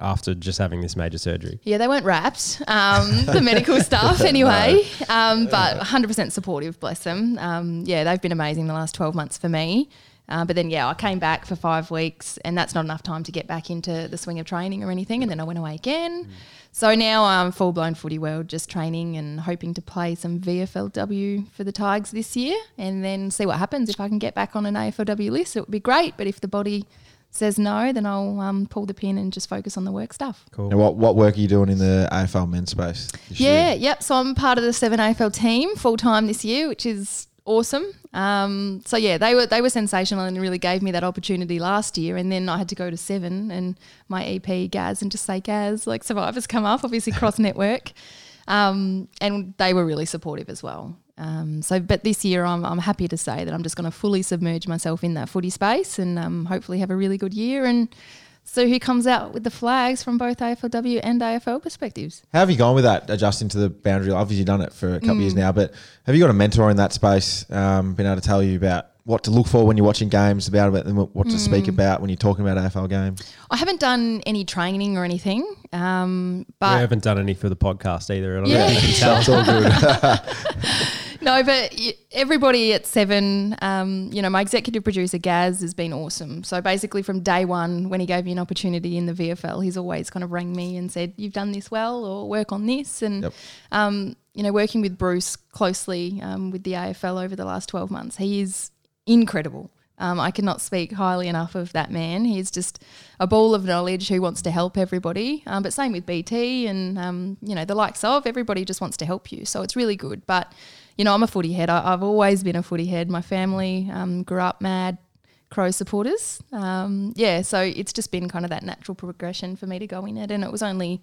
Speaker 6: after just having this major surgery?
Speaker 7: Yeah, they weren't wrapped, um, <laughs> the medical staff anyway, um, but 100% supportive, bless them. Um, yeah, they've been amazing the last 12 months for me. Uh, but then, yeah, I came back for five weeks, and that's not enough time to get back into the swing of training or anything. And then I went away again. So now I'm full blown footy world, just training and hoping to play some VFLW for the Tigers this year and then see what happens. If I can get back on an AFLW list, it would be great. But if the body says no, then I'll um, pull the pin and just focus on the work stuff.
Speaker 2: And what, what work are you doing in the AFL men's space? this
Speaker 7: Yeah,
Speaker 2: year?
Speaker 7: yep. So I'm part of the seven AFL team full time this year, which is awesome. Um, so yeah, they were they were sensational and really gave me that opportunity last year. And then I had to go to seven and my EP Gaz and just say Gaz, like survivors come up,
Speaker 2: <laughs>
Speaker 7: obviously cross network, um, and they were really supportive as well. Um, so, but this year I'm, I'm happy to say that I'm just going to fully submerge myself in that footy space and um, hopefully have a really good year and see who comes out with the flags from both AFLW and AFL perspectives.
Speaker 2: How have you gone with that, adjusting to the boundary? Obviously, you've done it for a couple of
Speaker 6: Mm.
Speaker 2: years now, but have you got a mentor in that space, um, been able to tell you about what to look for when you're watching games, about about them, what
Speaker 6: Mm.
Speaker 2: to speak about when you're talking about AFL games?
Speaker 7: I haven't done any training or anything, um,
Speaker 6: we
Speaker 7: but
Speaker 6: haven't done any for the podcast either. and I don't
Speaker 7: Yeah.
Speaker 6: think
Speaker 7: <laughs>
Speaker 6: you can tell.
Speaker 2: It's all good.
Speaker 6: <laughs>
Speaker 7: no, but y- everybody at Seven, um, you know, my executive producer Gaz has been awesome. So basically, from day one, when he gave me an opportunity in the VFL, he's always kind of rang me and said, "You've done this well, or work on this." And
Speaker 2: Yep.
Speaker 7: um, you know, working with Bruce closely um, with the AFL over the last 12 months, he is incredible. Um, I cannot speak highly enough of that man. He's just a ball of knowledge who wants to help everybody. Um, but same with BT and, um, you know, the likes of everybody just wants to help you. So it's really good. But, you know, I'm a footy head. I, I've always been a footy head. My family um, grew up mad Crow supporters. Um, yeah, so it's just been kind of that natural progression for me to go in it. And it was only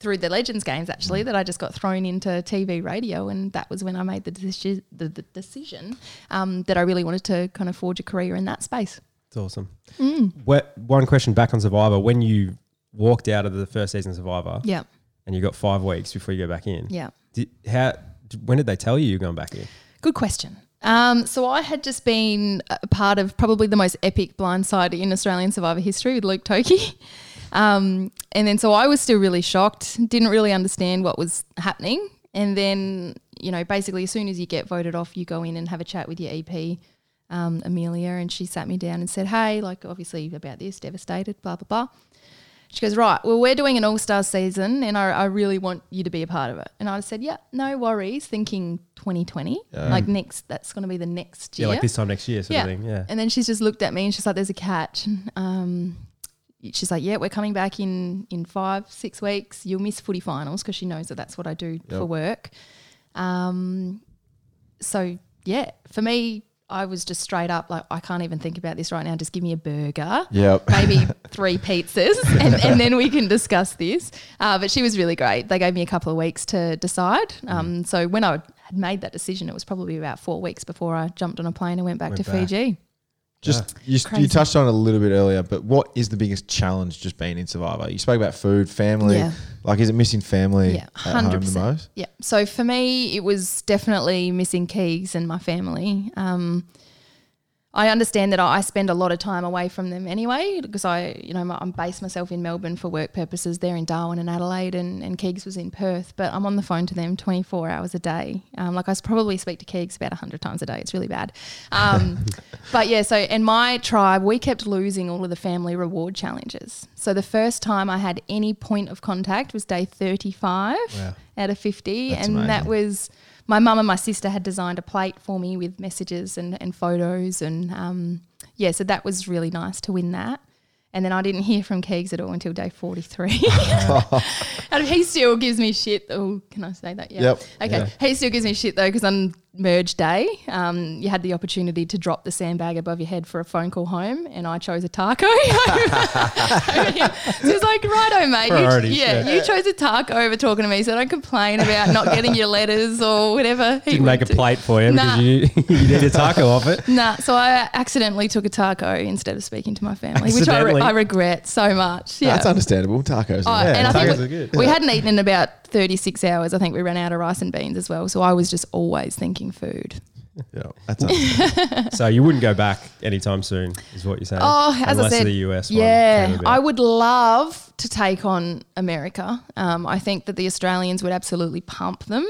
Speaker 7: through the Legends games actually that I just got thrown into TV radio, and that was when I made the, deci- the, the decision um, that I really wanted to kind of forge a career in that space.
Speaker 6: It's awesome.
Speaker 7: Mm.
Speaker 6: What, one question back on Survivor. When you walked out of the first season of Survivor
Speaker 7: Yeah,
Speaker 6: and you got five weeks before you go back in,
Speaker 7: yeah.
Speaker 6: did, how, did- when did they tell you you're going back in?
Speaker 7: Good question. Um, so I had just been a part of probably the most epic blindside in Australian Survivor history with Luke <laughs> Toki. Um, and then so I was still really shocked, didn't really understand what was happening. And then, you know, basically as soon as you get voted off, you go in and have a chat with your EP, um, Amelia, and she sat me down and said, Hey, like obviously about this, devastated, blah, blah, blah. She goes, Right, well, we're doing an all star season and I, I really want you to be a part of it. And I said, Yeah, no worries, thinking 2020, like next, that's going to be the next
Speaker 6: Yeah,
Speaker 7: year.
Speaker 6: like this time next year, sort of thing. Yeah.
Speaker 7: And then she's just looked at me and she's like, "There's a catch." <laughs> And, Um, she's like, "Yeah, we're coming back in in five, six weeks. You'll miss footy finals because she knows that that's what I do for work." Um, so yeah, for me, I was just straight up like, "I can't even think about this right now. Just give me a burger."
Speaker 2: Yep.
Speaker 7: maybe three pizzas <laughs> and, and then we can discuss this. Uh, but she was really great. They gave me a couple of weeks to decide. Um, So when I had made that decision, it was probably about four weeks before I jumped on a plane and went back
Speaker 6: Went
Speaker 7: to
Speaker 6: back.
Speaker 7: Fiji.
Speaker 2: Just you, you
Speaker 7: Crazy.
Speaker 2: touched on it a little bit earlier, but what is the biggest challenge just being in Survivor? You spoke about food, family.
Speaker 7: Yeah.
Speaker 2: Like, is it missing family
Speaker 7: Yeah,
Speaker 2: at home
Speaker 7: hundred
Speaker 2: the
Speaker 7: percent.
Speaker 2: most?
Speaker 7: Yeah. So for me, it was definitely missing Keegs and my family. Um, I understand that I I spend a lot of time away from them anyway because I, you know, my- I'm based myself in Melbourne for work purposes. They're in Darwin and Adelaide, and, and Keegs was in Perth. But I'm on the phone to them 24 hours a day. Um, like I s- probably speak to Keegs about 100 times a day. It's really bad. Um, but yeah, so in my tribe, we kept losing all of the family reward challenges. So the first time I had any point of contact was day 35 out of 50. and that was my mum and my sister had designed a plate for me with messages and, and photos. And um, yeah, so that was really nice to win that. And then I didn't hear from Keegs at all until day 43. and he still gives me shit. Oh, can I say that? Yeah.
Speaker 2: Yep.
Speaker 7: Okay. He still gives me shit though because on merge day, um, you had the opportunity to drop the sandbag above your head for a phone call home, and I chose a taco. <laughs> so it's like, righto, mate. You,
Speaker 6: Priorities,
Speaker 7: yeah, you chose a taco over talking to me, so don't complain about not getting your letters or whatever. He
Speaker 6: Didn't
Speaker 7: would
Speaker 6: make a
Speaker 7: do.
Speaker 6: plate for you
Speaker 7: Nah.
Speaker 6: because you, <laughs> you need a taco off
Speaker 7: <laughs>
Speaker 6: it.
Speaker 7: Nah, so I accidentally took a taco instead of speaking to my family, which I, re-
Speaker 6: Accidentally?
Speaker 7: I regret so much. Yeah.
Speaker 2: That's understandable. Tacos.
Speaker 7: Oh,
Speaker 2: are
Speaker 7: and I think
Speaker 6: tacos
Speaker 7: we,
Speaker 6: are good.
Speaker 7: we hadn't eaten in about 36 hours. I think we ran out of rice and beans as well. So I was just always thinking food.
Speaker 2: yeah, that's
Speaker 7: <laughs>
Speaker 2: understandable.
Speaker 6: So you wouldn't go back anytime soon, is what you're saying.
Speaker 7: Oh, as
Speaker 6: Unless
Speaker 7: I said,
Speaker 6: the US one
Speaker 7: Yeah,
Speaker 6: came about.
Speaker 7: I would love to take on America. Um, I think that the Australians would absolutely pump them.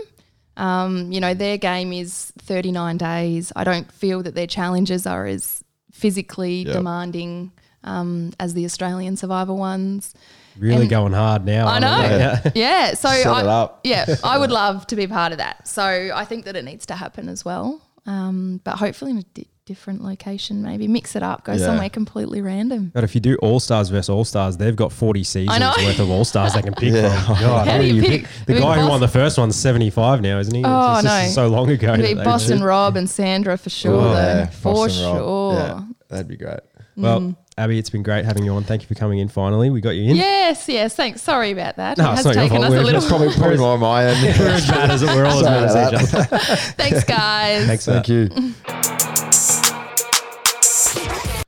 Speaker 7: Um, you know, their game is 39 days. I don't feel that their challenges are as physically demanding um, as the Australian Survivor ones.
Speaker 6: really
Speaker 7: and-
Speaker 6: going hard now.
Speaker 7: I
Speaker 6: aren't they?
Speaker 7: know.
Speaker 2: <laughs>
Speaker 7: Yeah. So
Speaker 2: Set
Speaker 7: I,
Speaker 2: it up.
Speaker 7: yeah,
Speaker 2: <laughs>
Speaker 7: I would love to be part of that. So I think that it needs to happen as well. Um, but hopefully in a di- different location, maybe mix it up, go
Speaker 2: Yeah.
Speaker 7: somewhere completely random.
Speaker 6: <laughs> But if you do All Stars versus All Stars, they've got 40 seasons
Speaker 7: know.
Speaker 6: worth of All Stars they can pick
Speaker 2: <laughs>
Speaker 6: from. God,
Speaker 7: How
Speaker 6: who
Speaker 7: do you
Speaker 6: do
Speaker 7: pick?
Speaker 6: The
Speaker 7: I mean,
Speaker 6: guy who
Speaker 7: Bos-
Speaker 6: won the first one's 75 now, isn't he? It's
Speaker 7: Oh,
Speaker 6: just- it's
Speaker 7: no.
Speaker 6: so long ago.
Speaker 7: It'd
Speaker 6: that
Speaker 7: be
Speaker 6: they
Speaker 7: Boston
Speaker 6: did.
Speaker 7: Rob and Sandra for sure, though.
Speaker 2: Oh, Yeah,
Speaker 7: for
Speaker 2: Boston roll.
Speaker 7: sure.
Speaker 2: Yeah, that'd be great.
Speaker 6: <laughs>
Speaker 7: Mm.
Speaker 6: Well, Abby, it's been great having you on. Thank you for coming in finally. We got you in.
Speaker 7: Yes, yes. Thanks. Sorry about that.
Speaker 6: No,
Speaker 7: it
Speaker 6: it's
Speaker 7: has
Speaker 6: not your
Speaker 7: taken
Speaker 6: fault.
Speaker 7: us a
Speaker 6: We're
Speaker 7: little.
Speaker 6: just
Speaker 2: Probably, <laughs> probably more my
Speaker 6: <laughs>
Speaker 2: end.
Speaker 6: We're as bad as it. We're all as
Speaker 2: Sorry
Speaker 6: bad as
Speaker 2: about
Speaker 6: each other.
Speaker 7: Thanks, guys.
Speaker 6: Thanks,
Speaker 2: <laughs> Thank you.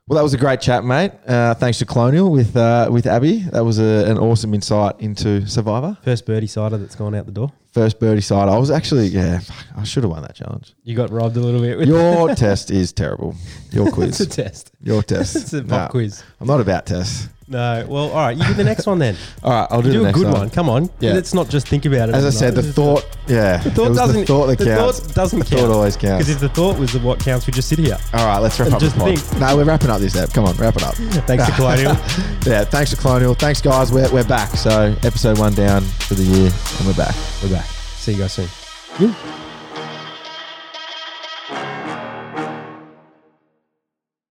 Speaker 2: Well, that was a great chat, mate. Uh, thanks to Colonial with uh, with Abby. That was a, an awesome insight into Survivor.
Speaker 6: First birdie cider that's gone out the door.
Speaker 2: First birdie side. I was actually, yeah, fuck, I should have won that challenge.
Speaker 6: You got robbed a little bit <laughs> with
Speaker 2: Your test is terrible. Your quiz.
Speaker 6: it's a test.
Speaker 2: Your test.
Speaker 6: It's a pop
Speaker 2: Nah,
Speaker 6: quiz.
Speaker 2: I'm not about tests.
Speaker 6: No. Well, all right. You do the next one
Speaker 2: <laughs>
Speaker 6: then.
Speaker 2: All right, I'll do,
Speaker 6: do
Speaker 2: the
Speaker 6: a
Speaker 2: next
Speaker 6: good one. Come on.
Speaker 2: Yeah.
Speaker 6: Let's not just think about it.
Speaker 2: As I
Speaker 6: overnight.
Speaker 2: said, the thought, yeah, the
Speaker 6: thought doesn't.
Speaker 2: the thought that
Speaker 6: the
Speaker 2: counts.
Speaker 6: Thought doesn't
Speaker 2: The
Speaker 6: count.
Speaker 2: Thought always counts.
Speaker 6: Because if the thought was the what counts, we just sit here.
Speaker 2: All right, let's wrap up.
Speaker 6: Just
Speaker 2: the pod.
Speaker 6: think.
Speaker 2: No, we're wrapping up this app. Come on, wrap
Speaker 6: <laughs>
Speaker 2: it up.
Speaker 6: Thanks
Speaker 2: <laughs>
Speaker 6: to Colonial.
Speaker 2: yeah, thanks to Colonial. Thanks, guys. We're, we're back. So, episode one down for the year, and we're back.
Speaker 6: We're back. See you guys soon.